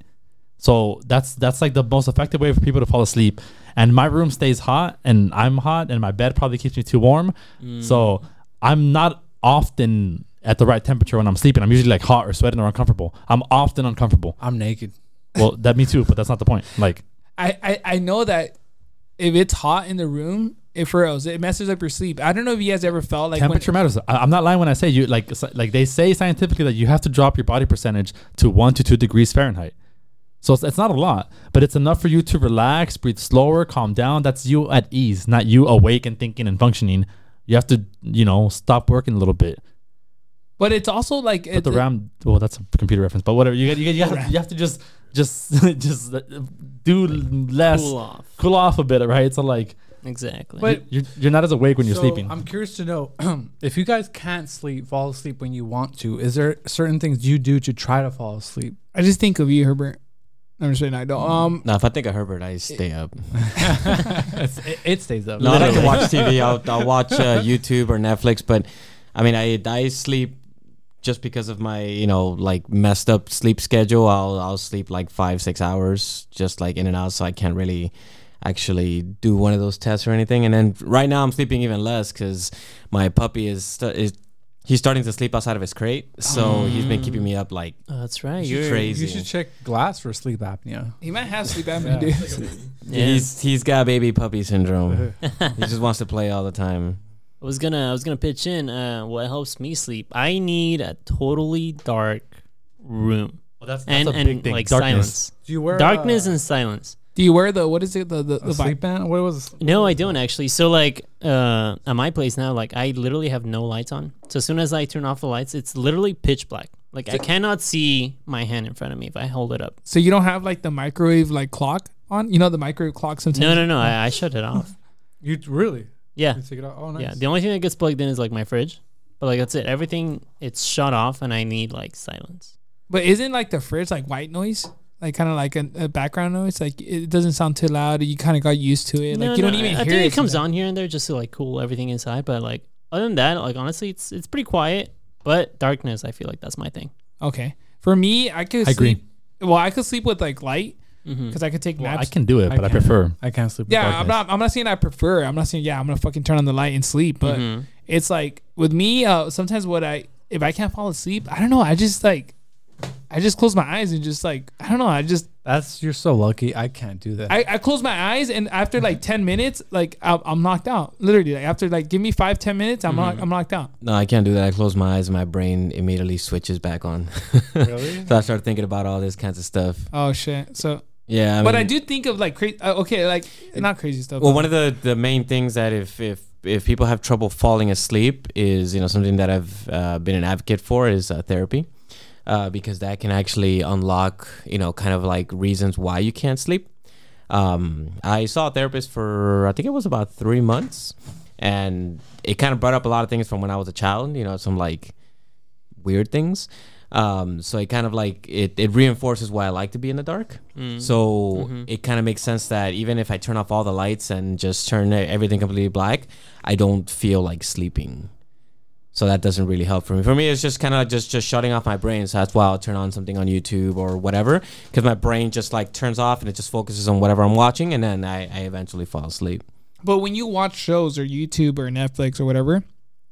D: So that's that's like the most effective way for people to fall asleep. And my room stays hot, and I'm hot, and my bed probably keeps me too warm.
E: Mm.
D: So I'm not often at the right temperature when I'm sleeping. I'm usually like hot or sweating or uncomfortable. I'm often uncomfortable.
A: I'm naked.
D: Well, that me too, but that's not the point. Like
E: I, I I know that if it's hot in the room, it furrows. It messes up your sleep. I don't know if you guys ever felt like
D: temperature matters. I, I'm not lying when I say you like s- like they say scientifically that you have to drop your body percentage to one to two degrees Fahrenheit. So it's, it's not a lot, but it's enough for you to relax, breathe slower, calm down. That's you at ease, not you awake and thinking and functioning. You have to you know stop working a little bit.
E: When, but it's also like
D: But
E: it,
D: the RAM, well, that's a computer reference, but whatever. You got you, got, you, have, you have to just just just uh, do less,
B: Cool
D: cool off.
B: off.
D: a bit, right? So like
B: Exactly.
E: But-
D: you're you're not as awake when you're
A: So,
D: sleeping.
A: I'm curious to know if you guys can't sleep, fall asleep when you want to. Is there certain things you do to try to fall asleep?
E: I just think of you, Herbert. I'm just saying I don't. Um,
C: No, if I think of Herbert, I stay up.
A: it, it stays up.
C: No, I like to watch TV. I'll, I'll watch uh, YouTube or Netflix, but I mean, I I sleep just because of my you know like messed up sleep schedule. I'll I'll sleep like five six hours, just like in and out, so I can't really actually do one of those tests or anything. And then right now I'm sleeping even less because my puppy is st- is he's starting to sleep outside of his crate, so he's been keeping me up like
B: Oh, that's right.
C: You
B: You're
C: should
A: You
C: Crazy.
A: should check glass for sleep apnea.
E: he might have sleep apnea.
A: Yeah.
E: dude.
B: Yeah.
C: he's he's got baby puppy syndrome. he just wants to play all the time.
B: I was gonna I was gonna pitch in uh, what helps me sleep. I need a totally dark room
D: Well, that's,
B: and and like silence,
A: Do you wear
B: darkness
A: uh,
B: and silence.
E: Do you wear the what is it the the,
A: a
E: the vi-
A: sleep band? What was it?
B: No, I don't actually. So like uh, at my place now, like I literally have no lights on. So as soon as I turn off the lights, it's literally pitch black. Like I cannot see my hand in front of me if I hold it up.
E: So you don't have like the microwave like clock on? You know the microwave clock sometimes.
B: No, no, no. I, I shut it off.
A: You really?
B: Yeah,
A: You take it out. Oh, nice.
B: yeah. The only thing that gets plugged in is like my fridge, but like that's it. Everything it's shut off, and I need like silence.
E: But isn't like the fridge like white noise? Like kind of like a, a background noise. Like it doesn't sound too loud. You kind of got used to it. Like
B: No,
E: you don't
B: no,
E: even
B: I, I
E: hear
B: think it
E: it.
B: comes on here and there just to like cool everything inside, but like other than that, like honestly, it's it's pretty quiet. But darkness, I feel like that's my thing.
E: Okay. For me, I could
D: I agree.
E: sleep. Well, I could sleep with like light
B: Mm-hmm.
E: because I could take
D: Well, I
E: naps.
D: can do it,
A: I
D: but I
A: can.
D: prefer.
A: I can't sleep. with
E: yeah,
A: darkness.
E: I'm not. I'm not saying I prefer. I'm not saying yeah. I'm gonna fucking turn on the light and sleep. But
B: Mm-hmm.
E: it's like with me, uh, sometimes what I if I can't fall asleep, I don't know. I just like, I just close my eyes and just like I don't know. I just
A: That's you're so lucky. I can't do that.
E: I, I close my eyes and after like 10 minutes like I'm, I'm knocked out literally like after like give me five 10 minutes i'm, knock, I'm knocked out
C: No, I can't do that. I close my eyes, my brain immediately switches back on.
A: really?
C: so I start thinking about all this kinds of stuff.
E: oh shit so
C: Yeah, I
E: but
C: mean-
E: i do think of like crazy uh, okay like not crazy stuff
C: Well,
E: but-
C: one of the the main things that if if if people have trouble falling asleep is you know something that I've uh, been an advocate for is uh, therapy, uh, because that can actually unlock you know kind of like reasons why you can't sleep. Um, I saw a therapist for I think it was about three months, and it kind of brought up a lot of things from when I was a child. You know, some like weird things. Um, so it kind of like it, it reinforces why I like to be in the dark. So it kind of makes sense that even if I turn off all the lights and just turn e- everything completely black, I don't feel like sleeping. So that doesn't really help for me. For me, it's just kind of just just shutting off my brain. So that's why I'll turn on something on YouTube or whatever, because my brain just like turns off and it just focuses on whatever I'm watching, and then I, I eventually fall asleep.
E: but when you watch shows or youtube or netflix or whatever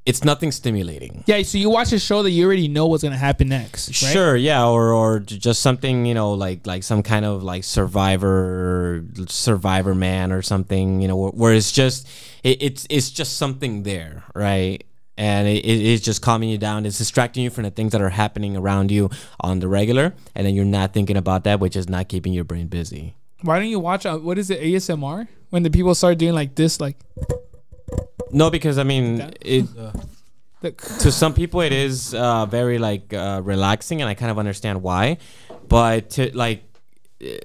C: It's nothing stimulating.
E: yeah so you watch a show that you already know what's gonna happen next right?
C: Sure, yeah, or or j- just something you know, like like some kind of like survivor, survivor man or something, you know, where, where it's just it, it's it's just something there, right? And it, it- it's just calming you down. It's distracting you from the things that are happening around you on the regular, and then you're not thinking about that, which is not keeping your brain busy.
E: Why don't you watch? Uh, what is it? ASMR? When the people start doing like this, like
C: No, because I mean,
E: That-
C: it,
E: the
C: to some people it is uh, very like uh, relaxing, and I kind of understand why. But to, like, eh,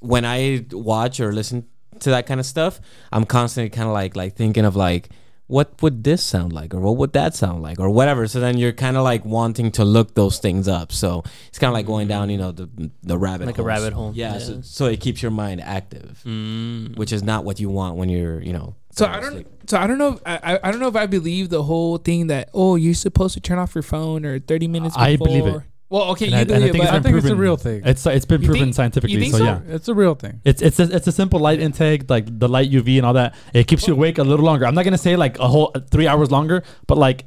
C: when I watch or listen to that kind of stuff, I'm constantly kind of like like thinking of like. What would this sound like, or what would that sound like, or whatever? So then you're kind of like wanting to look those things up. So it's kind of like going down, you know, the the rabbit
B: Like a
C: holes.
B: rabbit hole.
C: Yeah. So,
B: Yeah.
C: so it keeps your mind active,
B: Mm.
C: which is not what you want when you're, you know.
E: So
C: going
E: I
C: to
E: don't.
C: sleep.
E: So I don't know. If, I I- I don't know if I believe the whole thing that oh you're supposed to turn off your phone or 30 minutes. Before.
D: I believe it.
E: Well, okay,
D: And
E: you
D: I- and I
E: believe it, but
D: think it's
A: I
E: I
D: been
E: think
A: think it's a
D: proven.
A: real thing.
D: It's it's been
E: You
D: proven
E: think- you
D: scientifically,
E: think
D: so,
E: so?
D: yeah.
A: It's a real thing.
D: It's it's a, it's a simple light intake, like the light UV and all that. It keeps you awake a little longer. I'm not gonna say like a whole uh, three hours longer, but like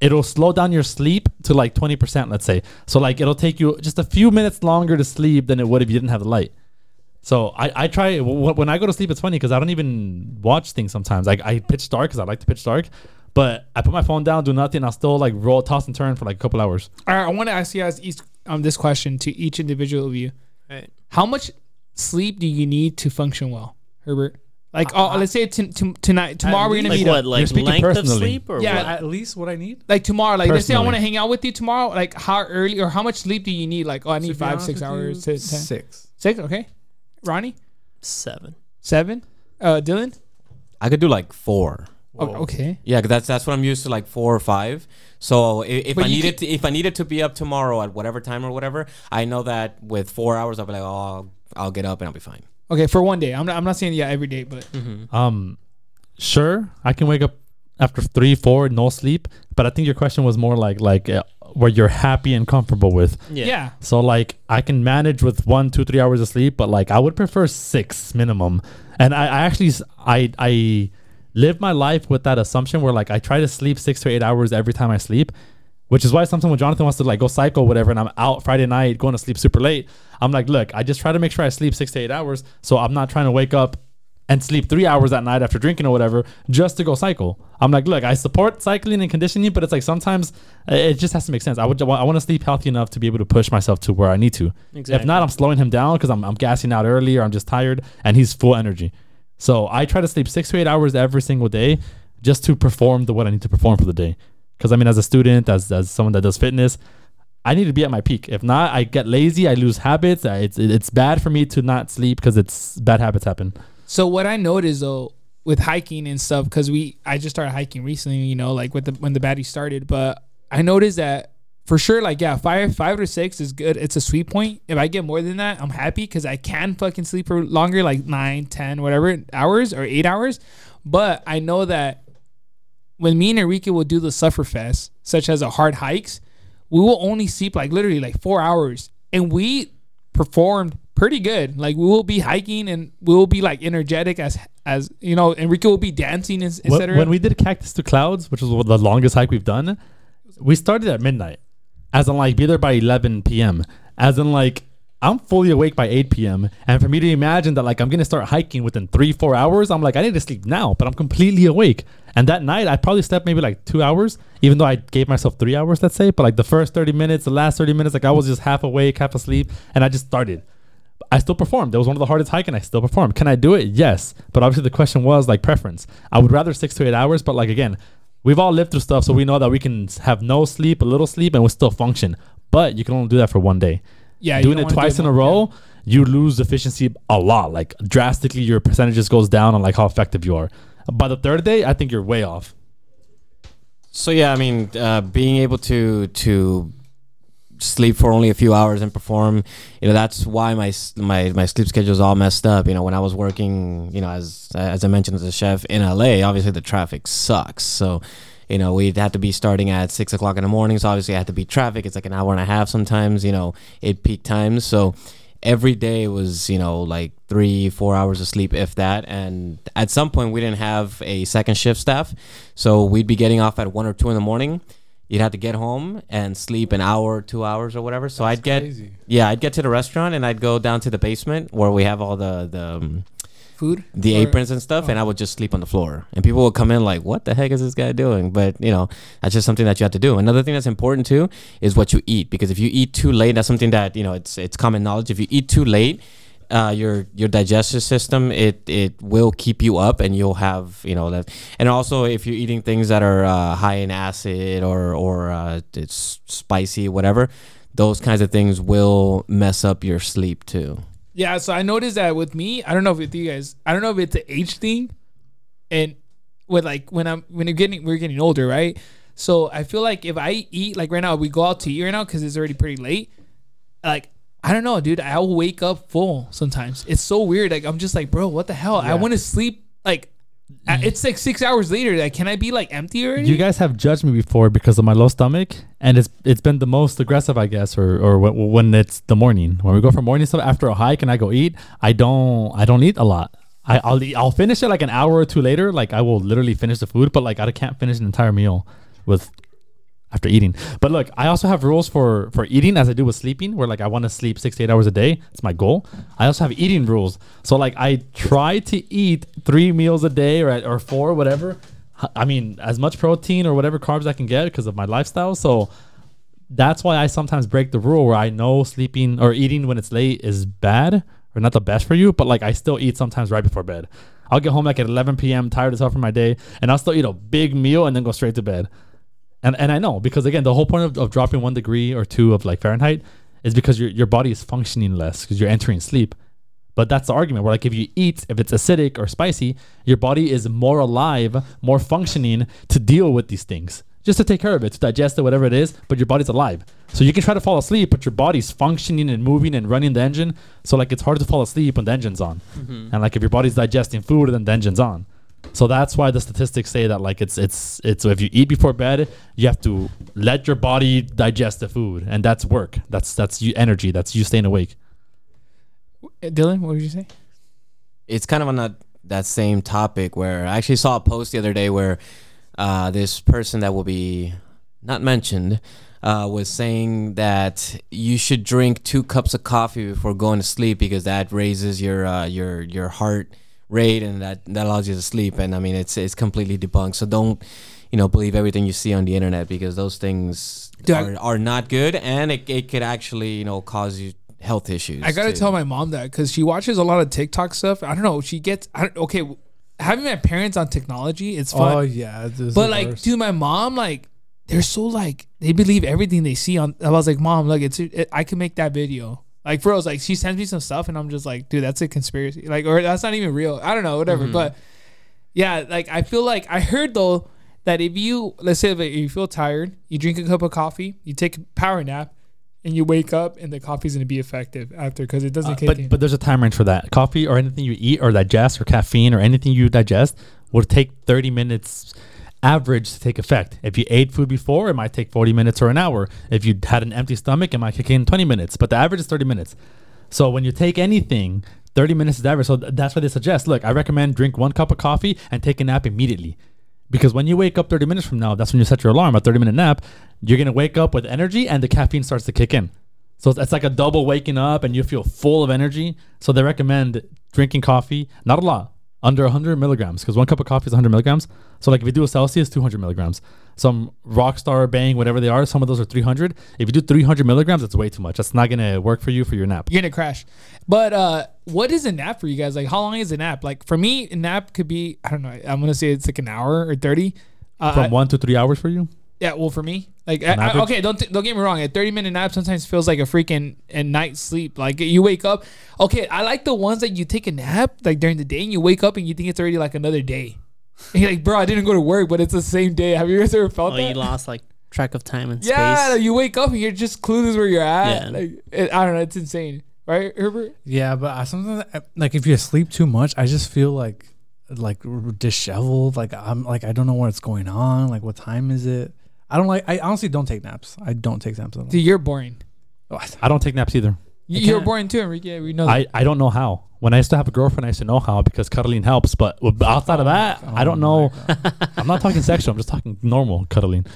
D: it'll slow down your sleep to like 20%, let's say. So like it'll take you just a few minutes longer to sleep than it would if you didn't have the light. So I, I try wh- when I go to sleep. It's funny because I don't even watch things sometimes. Like I pitch dark because I like to pitch dark, but I put my phone down, do nothing. I'll still like roll, toss and turn for like a couple hours.
E: All right, I want to ask you guys each um this question to each individual of you.
B: Right.
E: How much sleep do you need to function well, Herbert? Like,
A: Uh,
E: oh, let's say t- t- tonight, tomorrow we're gonna
B: Like
E: meet
B: what?
E: up.
D: You're
B: Like
D: speaking
B: length
D: personally.
B: of sleep or
E: Yeah,
B: what?
A: At least what I need.
E: Like tomorrow, like let's say I
D: Personally.
E: want to hang out with you tomorrow. Like, how early or how much sleep do you need? Like, oh, I need
A: To be
E: five,
A: honest
E: six
A: with
E: hours.
A: you,
E: To, ten. Six.
A: six.
E: okay. Ronnie,
B: Seven.
E: seven. Uh, Dylan.
C: I could do like four.
E: Oh, okay.
C: Yeah, 'cause that's that's what I'm used to, like four or five. So i- if, if
E: But
C: I
E: you
C: needed to, if I needed to be up tomorrow at whatever time or whatever, I know that with four hours I'll be like, oh, I'll, I'll get up and I'll be fine.
E: Okay, for one day. I'm not, I'm not saying yeah every day, but
D: Um, sure, I can wake up after three, four, no sleep. But I think your question was more like like uh, where you're happy and comfortable with.
E: yeah.
D: So like I can manage with one, two, three hours of sleep, but like I would prefer six minimum. And I, I actually s- I I live my life with that assumption where like I try to sleep six to eight hours every time I sleep, which is why sometimes when Jonathan wants to like go psycho whatever, and I'm out Friday night going to sleep super late, I'm like, look, I just try to make sure I sleep six to eight hours, so I'm not trying to wake up. And sleep three hours that night after drinking or whatever, just to go cycle. I'm like, look, I support cycling and conditioning, but it's like sometimes uh, it just has to make sense. I would, I want to sleep healthy enough to be able to push myself to where I need to. If
B: Exactly.
D: not, I'm slowing him down because I'm, I'm gassing out early or I'm just tired and he's full energy. So I try to sleep six to eight hours every single day just to perform the what I need to perform for the day. Because I mean, as a student, as, as someone that does fitness, I need to be at my peak. If not, I get lazy, I lose habits. I, it's, it's bad for me to not sleep because it's bad habits happen.
E: So what I noticed though with hiking and stuff, because we I just started hiking recently, you know, like with the when the baddie started, but I noticed that for sure, like yeah, five five or six is good. It's a sweet point. If I get more than that, I'm happy because I can fucking sleep for longer, like nine, ten, whatever hours or eight hours. But I know that when me and Enrique will do the suffer fest, such as a hard hikes, we will only sleep like literally like four hours, and we performed pretty good. Like we will be hiking and we will be like energetic as as you know. Enrique will be dancing, and
D: Wh-
E: etc.
D: When we did Cactus to Clouds, which was the longest hike we've done, we started at midnight. As in, like, be there by 11 p.m. As in, like, I'm fully awake by 8 p.m. And for me to imagine that, like, I'm going to start hiking within three, four hours, I'm like, I need to sleep now, but I'm completely awake. And that night, I probably slept maybe like two hours, even though I gave myself three hours, let's say. But like the first 30 minutes, the last 30 minutes, like, I was just half awake, half asleep, and I just started. I still performed. That was one of the hardest hiking. I still performed. Can I do it? Yes. But obviously, the question was like preference. I would rather six to eight hours, but like again, we've all lived through stuff, so we know that we can s- have no sleep, a little sleep, and we still function. But you can only do that for one day.
E: Yeah, you
D: doing
E: don't
D: it
E: wanna do
D: twice
E: it
D: in a
E: more-
D: row, you lose efficiency a lot. Like drastically, your percentages goes down on like how effective you are. By the third day, I think you're way off.
C: So yeah, I mean, uh, being able to to sleep for only a few hours and perform, you know, that's why my s- my my sleep schedule is all messed up. You know, when I was working, you know, as as I mentioned as a chef in LA, obviously the traffic sucks. So. You know, we'd have to be starting at six o'clock in the morning. So obviously, I had to beat traffic. It's like an hour and a half sometimes. You know, at peak times. So every day was you know like three, four hours of sleep, if that. And at some point, we didn't have a second shift staff, so we'd be getting off at one or two in the morning. You'd have to get home and sleep an hour, two hours, or whatever. So I'd get
A: Crazy.
C: yeah, I'd get to the restaurant and I'd go down to the basement where we have all the the um,
E: food.
C: the
E: Or-
C: aprons and stuff, and I would just sleep on the floor. And people would come in like, "What the heck is this guy doing?" But you know, that's just something that you have to do. Another thing that's important too is what you eat, because if you eat too late, that's something that you know it's it's common knowledge. If you eat too late, uh, your your digestive system, it it will keep you up, and you'll have you know that. And also, if you're eating things that are uh, high in acid or or uh, it's spicy, whatever, those kinds of things will mess up your sleep too.
E: Yeah, so I noticed that with me, I don't know if with you guys, I don't know if it's an age thing, and with like when I'm when you're getting we're getting older, right? So I feel like if I eat like right now, we go out to eat right now because it's already pretty late. Like I don't know, dude. I'll wake up full sometimes. It's so weird. Like I'm just like, bro, what the hell? I want to sleep. Like I- it's like six hours later. Like can I be like empty already?
D: You guys have judged me before because of my low stomach, and it's it's been the most aggressive, I guess, or or when, when it's the morning when we go for morning stuff after a hike and I go eat. I don't I don't eat a lot. I, I'll eat, I'll finish it like an hour or two later. Like I will literally finish the food, but like I can't finish an entire meal with after eating. But look, I also have rules for for eating as I do with sleeping, where like I want to sleep six to eight hours a day. It's my goal. I also have eating rules. So like I try to eat three meals a day or at- or four, whatever. H- I mean, as much protein or whatever carbs I can get because of my lifestyle. So that's why I sometimes break the rule where I know sleeping or eating when it's late is bad or not the best for you, but like I still eat sometimes right before bed. I'll get home like at 11 p.m., tired as hell from my day, and I'll still eat a big meal and then go straight to bed. And and I know because again, the whole point of, of dropping one degree or two of like Fahrenheit is because your your body is functioning less because you're entering sleep. But that's the argument. Where like if you eat, if it's acidic or spicy, your body is more alive, more functioning to deal with these things, just to take care of it, to digest it, whatever it is. But your body's alive, so you can try to fall asleep, but your body's functioning and moving and running the engine. So like it's hard to fall asleep when the engine's on, and like if your body's digesting food, then the engine's on. So that's why the statistics say that like it's it's it's if you eat before bed, you have to let your body digest the food, and that's work. That's that's you energy. That's you staying awake.
E: Dylan, what would you say?
C: it's kind of on that, that same topic where I actually saw a post the other day where uh, this person that will be not mentioned uh, was saying that you should drink two cups of coffee before going to sleep because that raises your uh, your your heart rate and that, that allows you to sleep. And I mean, it's it's completely debunked. So don't you know believe everything you see on the internet because those things
E: Dude, I-
C: are, are not good and it, it could actually you know cause you health issues.
E: I gotta
C: too.
E: tell my mom that because she watches a lot of TikTok stuff. I don't know. She gets I don't, okay. Having my parents on technology, it's fun.
A: Oh yeah, this is
E: but
A: the
E: like,
A: worst.
E: dude, my mom, like, they're so like they believe everything they see on. I was like, mom, look, it's it, I can make that video. Like, for us, like she sends me some stuff, and I'm just like, dude, that's a conspiracy. Like, or that's not even real. I don't know, whatever.
A: Mm-hmm.
E: But yeah, like I feel like I heard though that if you let's say that you feel tired, you drink a cup of coffee, you take a power nap. And you wake up, and the coffee's gonna be effective after because it
A: Uh,
E: doesn't. kick in.
D: But but there's a time range for that. Coffee or anything you eat or digest or caffeine or anything you digest will take 30 minutes average to take effect. If you ate food before, it might take 40 minutes or an hour. If you had an empty stomach, it might kick in 20 minutes. But the average is 30 minutes. So when you take anything, 30 minutes is average. So th- that's what they suggest. Look, I recommend drink one cup of coffee and take a nap immediately. Because when you wake up 30 minutes from now, that's when you set your alarm, a 30 minute nap, you're going to wake up with energy and the caffeine starts to kick in. So it's, it's like a double waking up and you feel full of energy. So they recommend drinking coffee, not a lot, under 100 milligrams, because one cup of coffee is 100 milligrams. So like if you do a Celsius, 200 milligrams. Some Rockstar, Bang, whatever they are, some of those are 300. If you do 300 milligrams, that's way too much. That's not going to work for you for your nap.
E: you're gonna crash. But uh what is a nap for you guys? Like how long is a nap? Like for me, a nap could be I don't know, I'm gonna say it's like an hour or thirty. Uh,
D: From
E: I-
D: one to three hours for you?
E: yeah, well, for me, like I, I-
D: average?
E: okay, don't don't get me wrong. A thirty minute nap sometimes feels like a freaking and night sleep. Like you wake up, okay. I like the ones that you take a nap like during the day and you wake up and you think it's already like another day. And you're like, bro, I didn't go to work, but it's the same day. Have you guys ever felt
B: Oh,
E: that?
B: you lost like track of time and
E: yeah,
B: space.
E: like, you wake up and you're just clueless where you're at.
B: Yeah.
E: Like it, I don't know, it's insane, right, Herbert?
A: yeah, but I, sometimes I- like if you sleep too much, I just feel like like r- disheveled. Like I'm like I don't know what's going on. Like what time is it? I don't like. I honestly don't take naps. I don't take naps at all. Oh,
E: Dude, you're boring.
D: I don't take naps either.
E: You-
B: kinda-
E: You're boring too, Enrique. We know that.
D: I, I don't know how. When I used to have a girlfriend, I used to know how because cuddling helps. But w- but outside of that, I don't know. I'm not talking sexual. I'm just talking normal cuddling.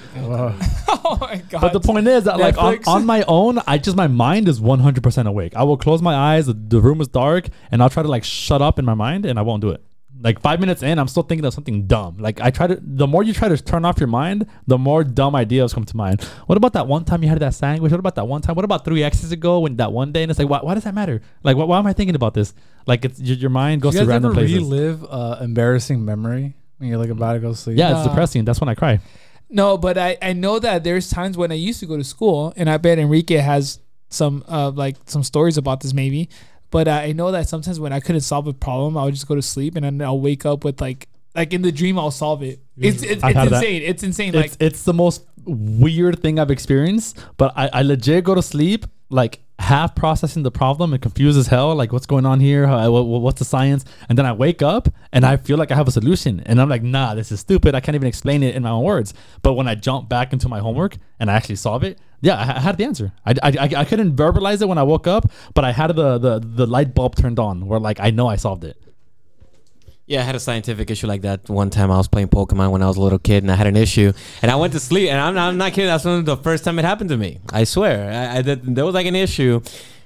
E: oh my god.
D: But the point is that like on,
E: Netflix.
D: on my own, I just my mind is 100% awake. I will close my eyes. The room is dark, and I'll try to like shut up in my mind, and I won't do it. like five minutes in, I'm still thinking of something dumb. Like I try to, the more you try to turn off your mind, the more dumb ideas come to mind. What about that one time you had that sandwich? What about that one time? What about three X's ago when that one day? And it's like, why, why does that matter? Like, why, why am I thinking about this? Like, it's your, your mind
A: Do
D: goes
A: you
D: to
A: guys ever
D: random places.
A: relive uh, embarrassing memory when you're like about to go to sleep?
D: yeah, it's
E: Nah.
D: depressing. That's when I cry.
E: No, but I, I know that there's times when I used to go to school, and I bet Enrique has some uh, like some stories about this maybe. But uh, I know that sometimes when I couldn't solve a problem, I would just go to sleep, and then I'll wake up with like like in the dream I'll solve it. It's it's, it's
D: I've had
E: insane.
D: that.
E: It's insane. like
D: it's, it's the most weird thing I've experienced. But I, I legit go to sleep like half processing the problem and confused as hell. Like what's going on here? How, what, what's the science? And then I wake up and I feel like I have a solution. And I'm like, nah, this is stupid. I can't even explain it in my own words. But when I jump back into my homework and I actually solve it, yeah, I, I had the answer. I, I, I- I couldn't verbalize it when I woke up, but I had the, the the light bulb turned on where like I know I solved it.
C: Yeah, I had a scientific issue like that one time. I was playing Pokemon when I was a little kid, and I had an issue, and I went to sleep. And I'm, I'm not kidding. That's one of the first time it happened to me. I swear, I, I did, there was like an issue,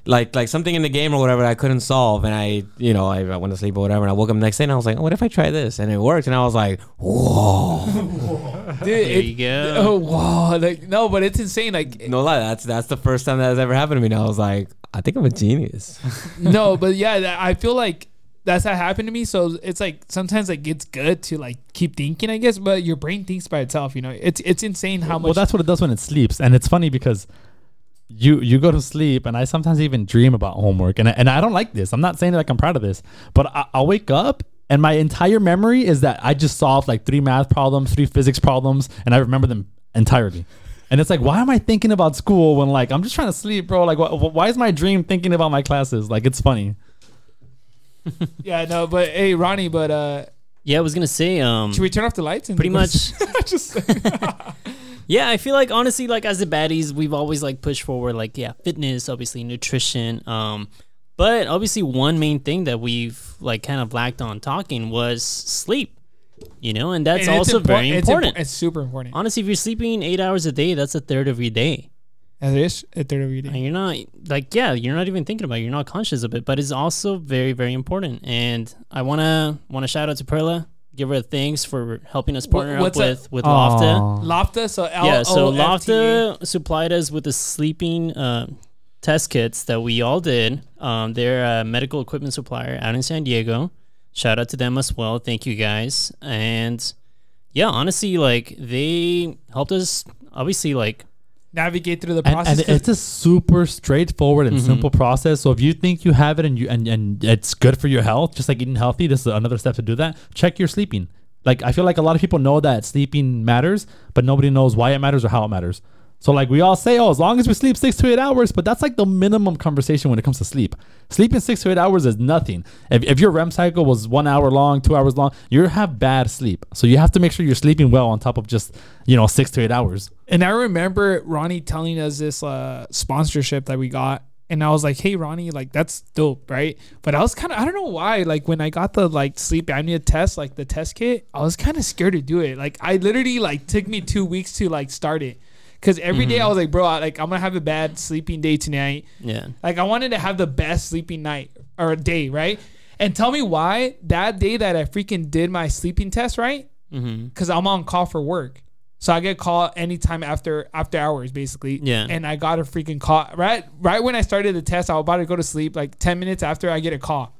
C: like like something in the game or whatever I couldn't solve, and I you know I, I went to sleep or whatever, and I woke up the next day and I was like, oh, what if I try this? And it worked, and I was like, whoa,
E: dude,
B: There
E: it-
B: you go.
E: oh wow, like no, but it's insane. Like
C: no lie, that's that's the first time that has ever happened to me. And I was like, I think I'm a genius.
E: no, but yeah, that- I feel like that's how it happened to me. So it's like sometimes like it's good to like keep thinking, I guess, but your brain thinks by itself. You know, it's it's insane how much.
D: Well, that's what it does when it sleeps, and it's funny because you you go to sleep, and I sometimes even dream about homework, and I, and I don't like this. I'm not saying like I'm proud of this, but I, I'll wake up. And my entire memory is that I just solved like three math problems, three physics problems, and I remember them entirely. And it's like, why am I thinking about school when like I'm just trying to sleep, bro? Like, wh- wh- why is my dream thinking about my classes? Like, it's funny.
E: yeah, no, but hey, Ronnie, but uh,
B: Yeah, I was gonna say. Um,
E: should we turn off the lights? And
B: pretty much.
E: just
B: Yeah, I feel like honestly, like as the baddies, we've always like pushed forward, like yeah, fitness, obviously nutrition, um, but obviously one main thing that we've like kind of lacked on talking was sleep, you know, and that's
E: And
B: also
E: impor-
B: very
E: it's impor-
B: important.
E: It's, super important.
B: honestly, if you're sleeping eight hours a day, that's a third of your day,
E: And it is a third of your day.
B: and you're not like yeah, you're not even thinking about, it. you're not conscious of it, but it's also very very important. And I wanna wanna shout out to Perla, give her thanks for helping us partner
E: what's
B: up
E: that?
B: with with Lofta.
E: Lofta, so L-
B: Yeah, so
E: O F T E, A.
B: Lofta supplied us with the sleeping uh, test kits that we all did. Um, they're a medical equipment supplier out in San Diego. Shout out to them as well. Thank you guys. And yeah, honestly, like they helped us obviously like
E: navigate through the
D: and,
E: process. Mm-hmm.
D: and it's a super straightforward and simple process. So if you think you have it and you and, and it's good for your health, just like eating healthy, this is another step to do that. Check your sleeping. Like I feel like a lot of people know that sleeping matters, but nobody knows why it matters or how it matters. So like we all say, oh, as long as we sleep six to eight hours, but that's like the minimum conversation when it comes to sleep. Sleeping six to eight hours is nothing. If, if your REM cycle was one hour long, two hours long, you have bad sleep. So you have to make sure you're sleeping well on top of just you know six to eight hours.
E: And I remember Ronnie telling us this uh, sponsorship that we got. And I was like, hey, Ronnie, like, that's dope, right? But I was kind of, I don't know why, like, when I got the, like, sleep apnea test, like, the test kit, I was kind of scared to do it. Like, I literally, like, took me two weeks to, like, start it. Cause every day I was like, bro, I, like, I'm gonna have a bad sleeping day tonight.
B: yeah.
E: Like I wanted to have the best sleeping night or day, right? And tell me why that day that I freaking did my sleeping test, right?
D: Mm-hmm.
E: Because I'm on call for work, so I get called anytime after after hours, basically.
B: Yeah.
E: And I got a freaking call right right when I started the test. I was about to go to sleep. Like ten minutes after, I get a call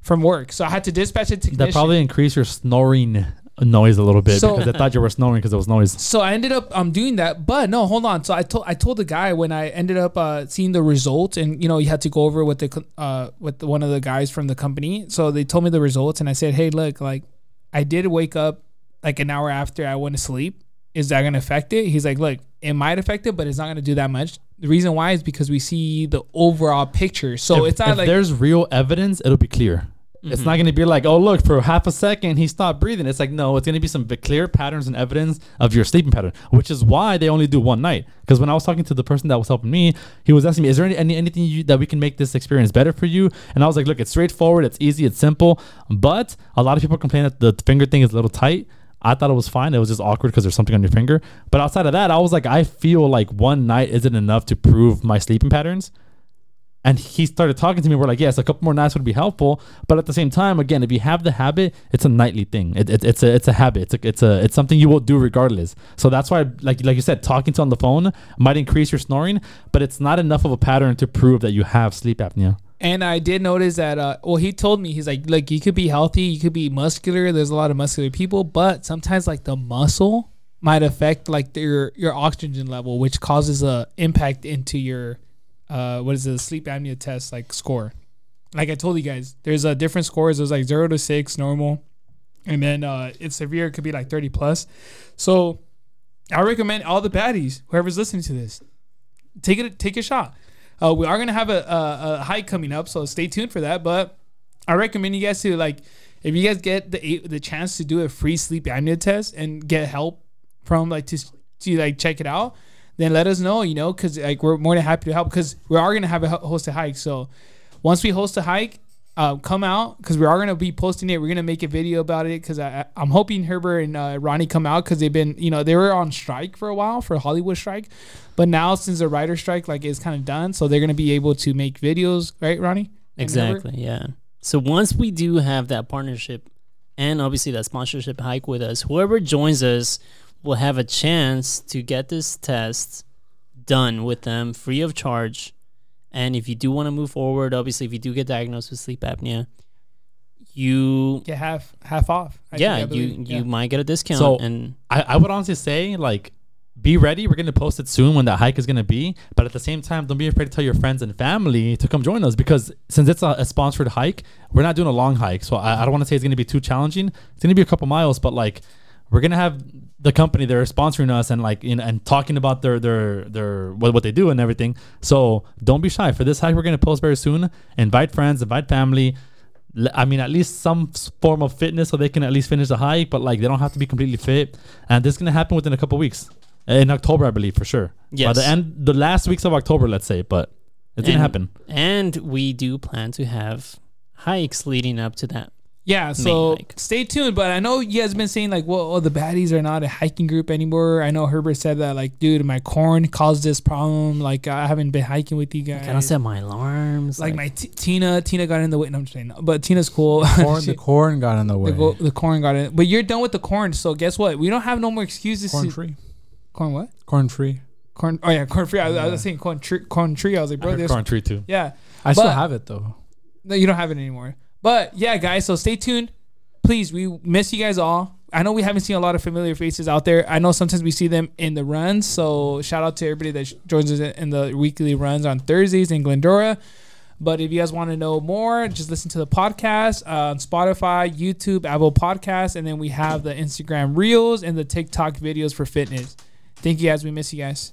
E: from work, so I had to dispatch a technician.
D: That probably increased your snoring noise a little bit
E: So-
D: because I thought you were snoring because there was noise.
E: so I ended up um doing that, but no, hold on. So I told I told the guy when I ended up uh, seeing the results, and you know you had to go over with the co- uh with the, one of the guys from the company. So they told me the results, and I said, hey, look, like I did wake up like an hour after I went to sleep. Is that gonna affect it? He's like, look, it might affect it, but it's not gonna do that much. The reason why is because we see the overall picture, so
D: if,
E: it's not
D: if
E: like Mm-hmm.
D: there's real evidence, it'll be clear. It's not going to be like, oh look, for half a second he stopped breathing. It's like no, it's going to be some v- clear patterns and evidence of your sleeping pattern, which is why they only do one night. Because when I was talking to the person that was helping me, he was asking me, is there any, any anything you, that we can make this experience better for you? And I was like, look, it's straightforward, it's easy, it's simple. But a lot of people complain that the finger thing is a little tight. I thought it was fine. It was just awkward because there's something on your finger. But outside of that, I was like, I feel like one night isn't enough to prove my sleeping patterns. And he started talking to me. We're like, yes, a couple more nights would be helpful. But at the same time, again, if you have the habit, it's a nightly thing. It, it, it's a it's a habit. It's a, it's a it's something you will do regardless. So that's why, like like you said, talking to on the phone might increase your snoring, but it's not enough of a pattern to prove that you have sleep apnea.
E: And I did notice that. Uh, well, he told me he's like, look, you could be healthy, you could be muscular. There's a lot of muscular people, but sometimes like the muscle might affect like your your oxygen level, which causes a impact into your uh, what is it, sleep apnea test like score. Like I told you guys, there's uh, different scores. There's like zero to six normal, and then uh, it's severe. It could be like 30 plus. So I recommend all the baddies, whoever's listening to this, take it, take a shot. Uh, we are gonna have a, a, a hike coming up, so stay tuned for that. But I recommend you guys to like, if you guys get the the chance to do a free sleep apnea test and get help from like to to like check it out, then let us know. You know, because like we're more than happy to help because we are gonna have a ho- host a hike. So once we host a hike. Uh, come out because we are gonna be posting it. We're gonna make a video about it because I, I I'm hoping Herbert and uh, Ronnie come out because they've been you know they were on strike for a while for Hollywood strike, but now since the writer strike like is kind of done, so they're gonna be able to make videos, right, Ronnie? And Herbert?
B: Exactly. Yeah. So once we do have that partnership and obviously that sponsorship hike with us, whoever joins us will have a chance to get this test done with them free of charge. And if you do want to move forward, obviously, if you do get diagnosed with sleep apnea, you
E: Get half half off. I
B: yeah,
E: think, I
B: you
E: believe.
B: you
E: Yeah.
B: might get a discount
D: So-
B: and
D: I, I would honestly say like be ready. We're gonna post it soon when that hike is gonna be. But at the same time, don't be afraid to tell your friends and family to come join us because since it's a, a sponsored hike, we're not doing a long hike. So I, I don't want to say it's gonna be too challenging. It's gonna be a couple miles, but like we're gonna have the company that are sponsoring us and like you know, and talking about their their their what, what they do and everything. So don't be shy for this hike. We're gonna post very soon. Invite friends, invite family. L- I mean, at least some s- form of fitness so they can at least finish the hike, but like they don't have to be completely fit. And this is gonna happen within a couple weeks in October, I believe, for sure. By
B: Yes.
D: the end, the last weeks of October, let's say, but it's gonna
B: And-
D: happen.
B: and we do plan to have hikes leading up to that.
E: Yeah, so
B: hike.
E: stay tuned. But I know you guys been saying like, well, oh, the baddies are not a hiking group anymore. I know Herbert said that like, dude, my corn caused this problem. Like, I haven't been hiking with you guys.
B: Can I set my alarms?
E: like my t- Tina, Tina got in the way. No, I'm just saying, no, but Tina's cool.
A: Corn, the
E: She-
A: corn got in the way.
E: the, go- the corn got in, but you're done with the corn. So guess what? We don't have no more excuses.
A: corn
E: to-
A: free.
E: corn what?
A: Corn free.
E: Corn. Oh yeah, corn free. I, was- I was saying corn tree. Corn tree. I was like, bro, there's
D: Current tree too.
E: yeah.
A: I still
E: But-
A: have it though.
E: No, you don't have it anymore. But yeah, guys, so stay tuned. Please, we miss you guys all. I know we haven't seen a lot of familiar faces out there. I know sometimes we see them in the runs. So shout out to everybody that sh- joins us in- in the weekly runs on Thursdays in Glendora. But if you guys want to know more, just listen to the podcast uh, on Spotify, YouTube, Apple Podcasts, and then we have the Instagram Reels and the TikTok videos for fitness. Thank you guys. We miss you guys.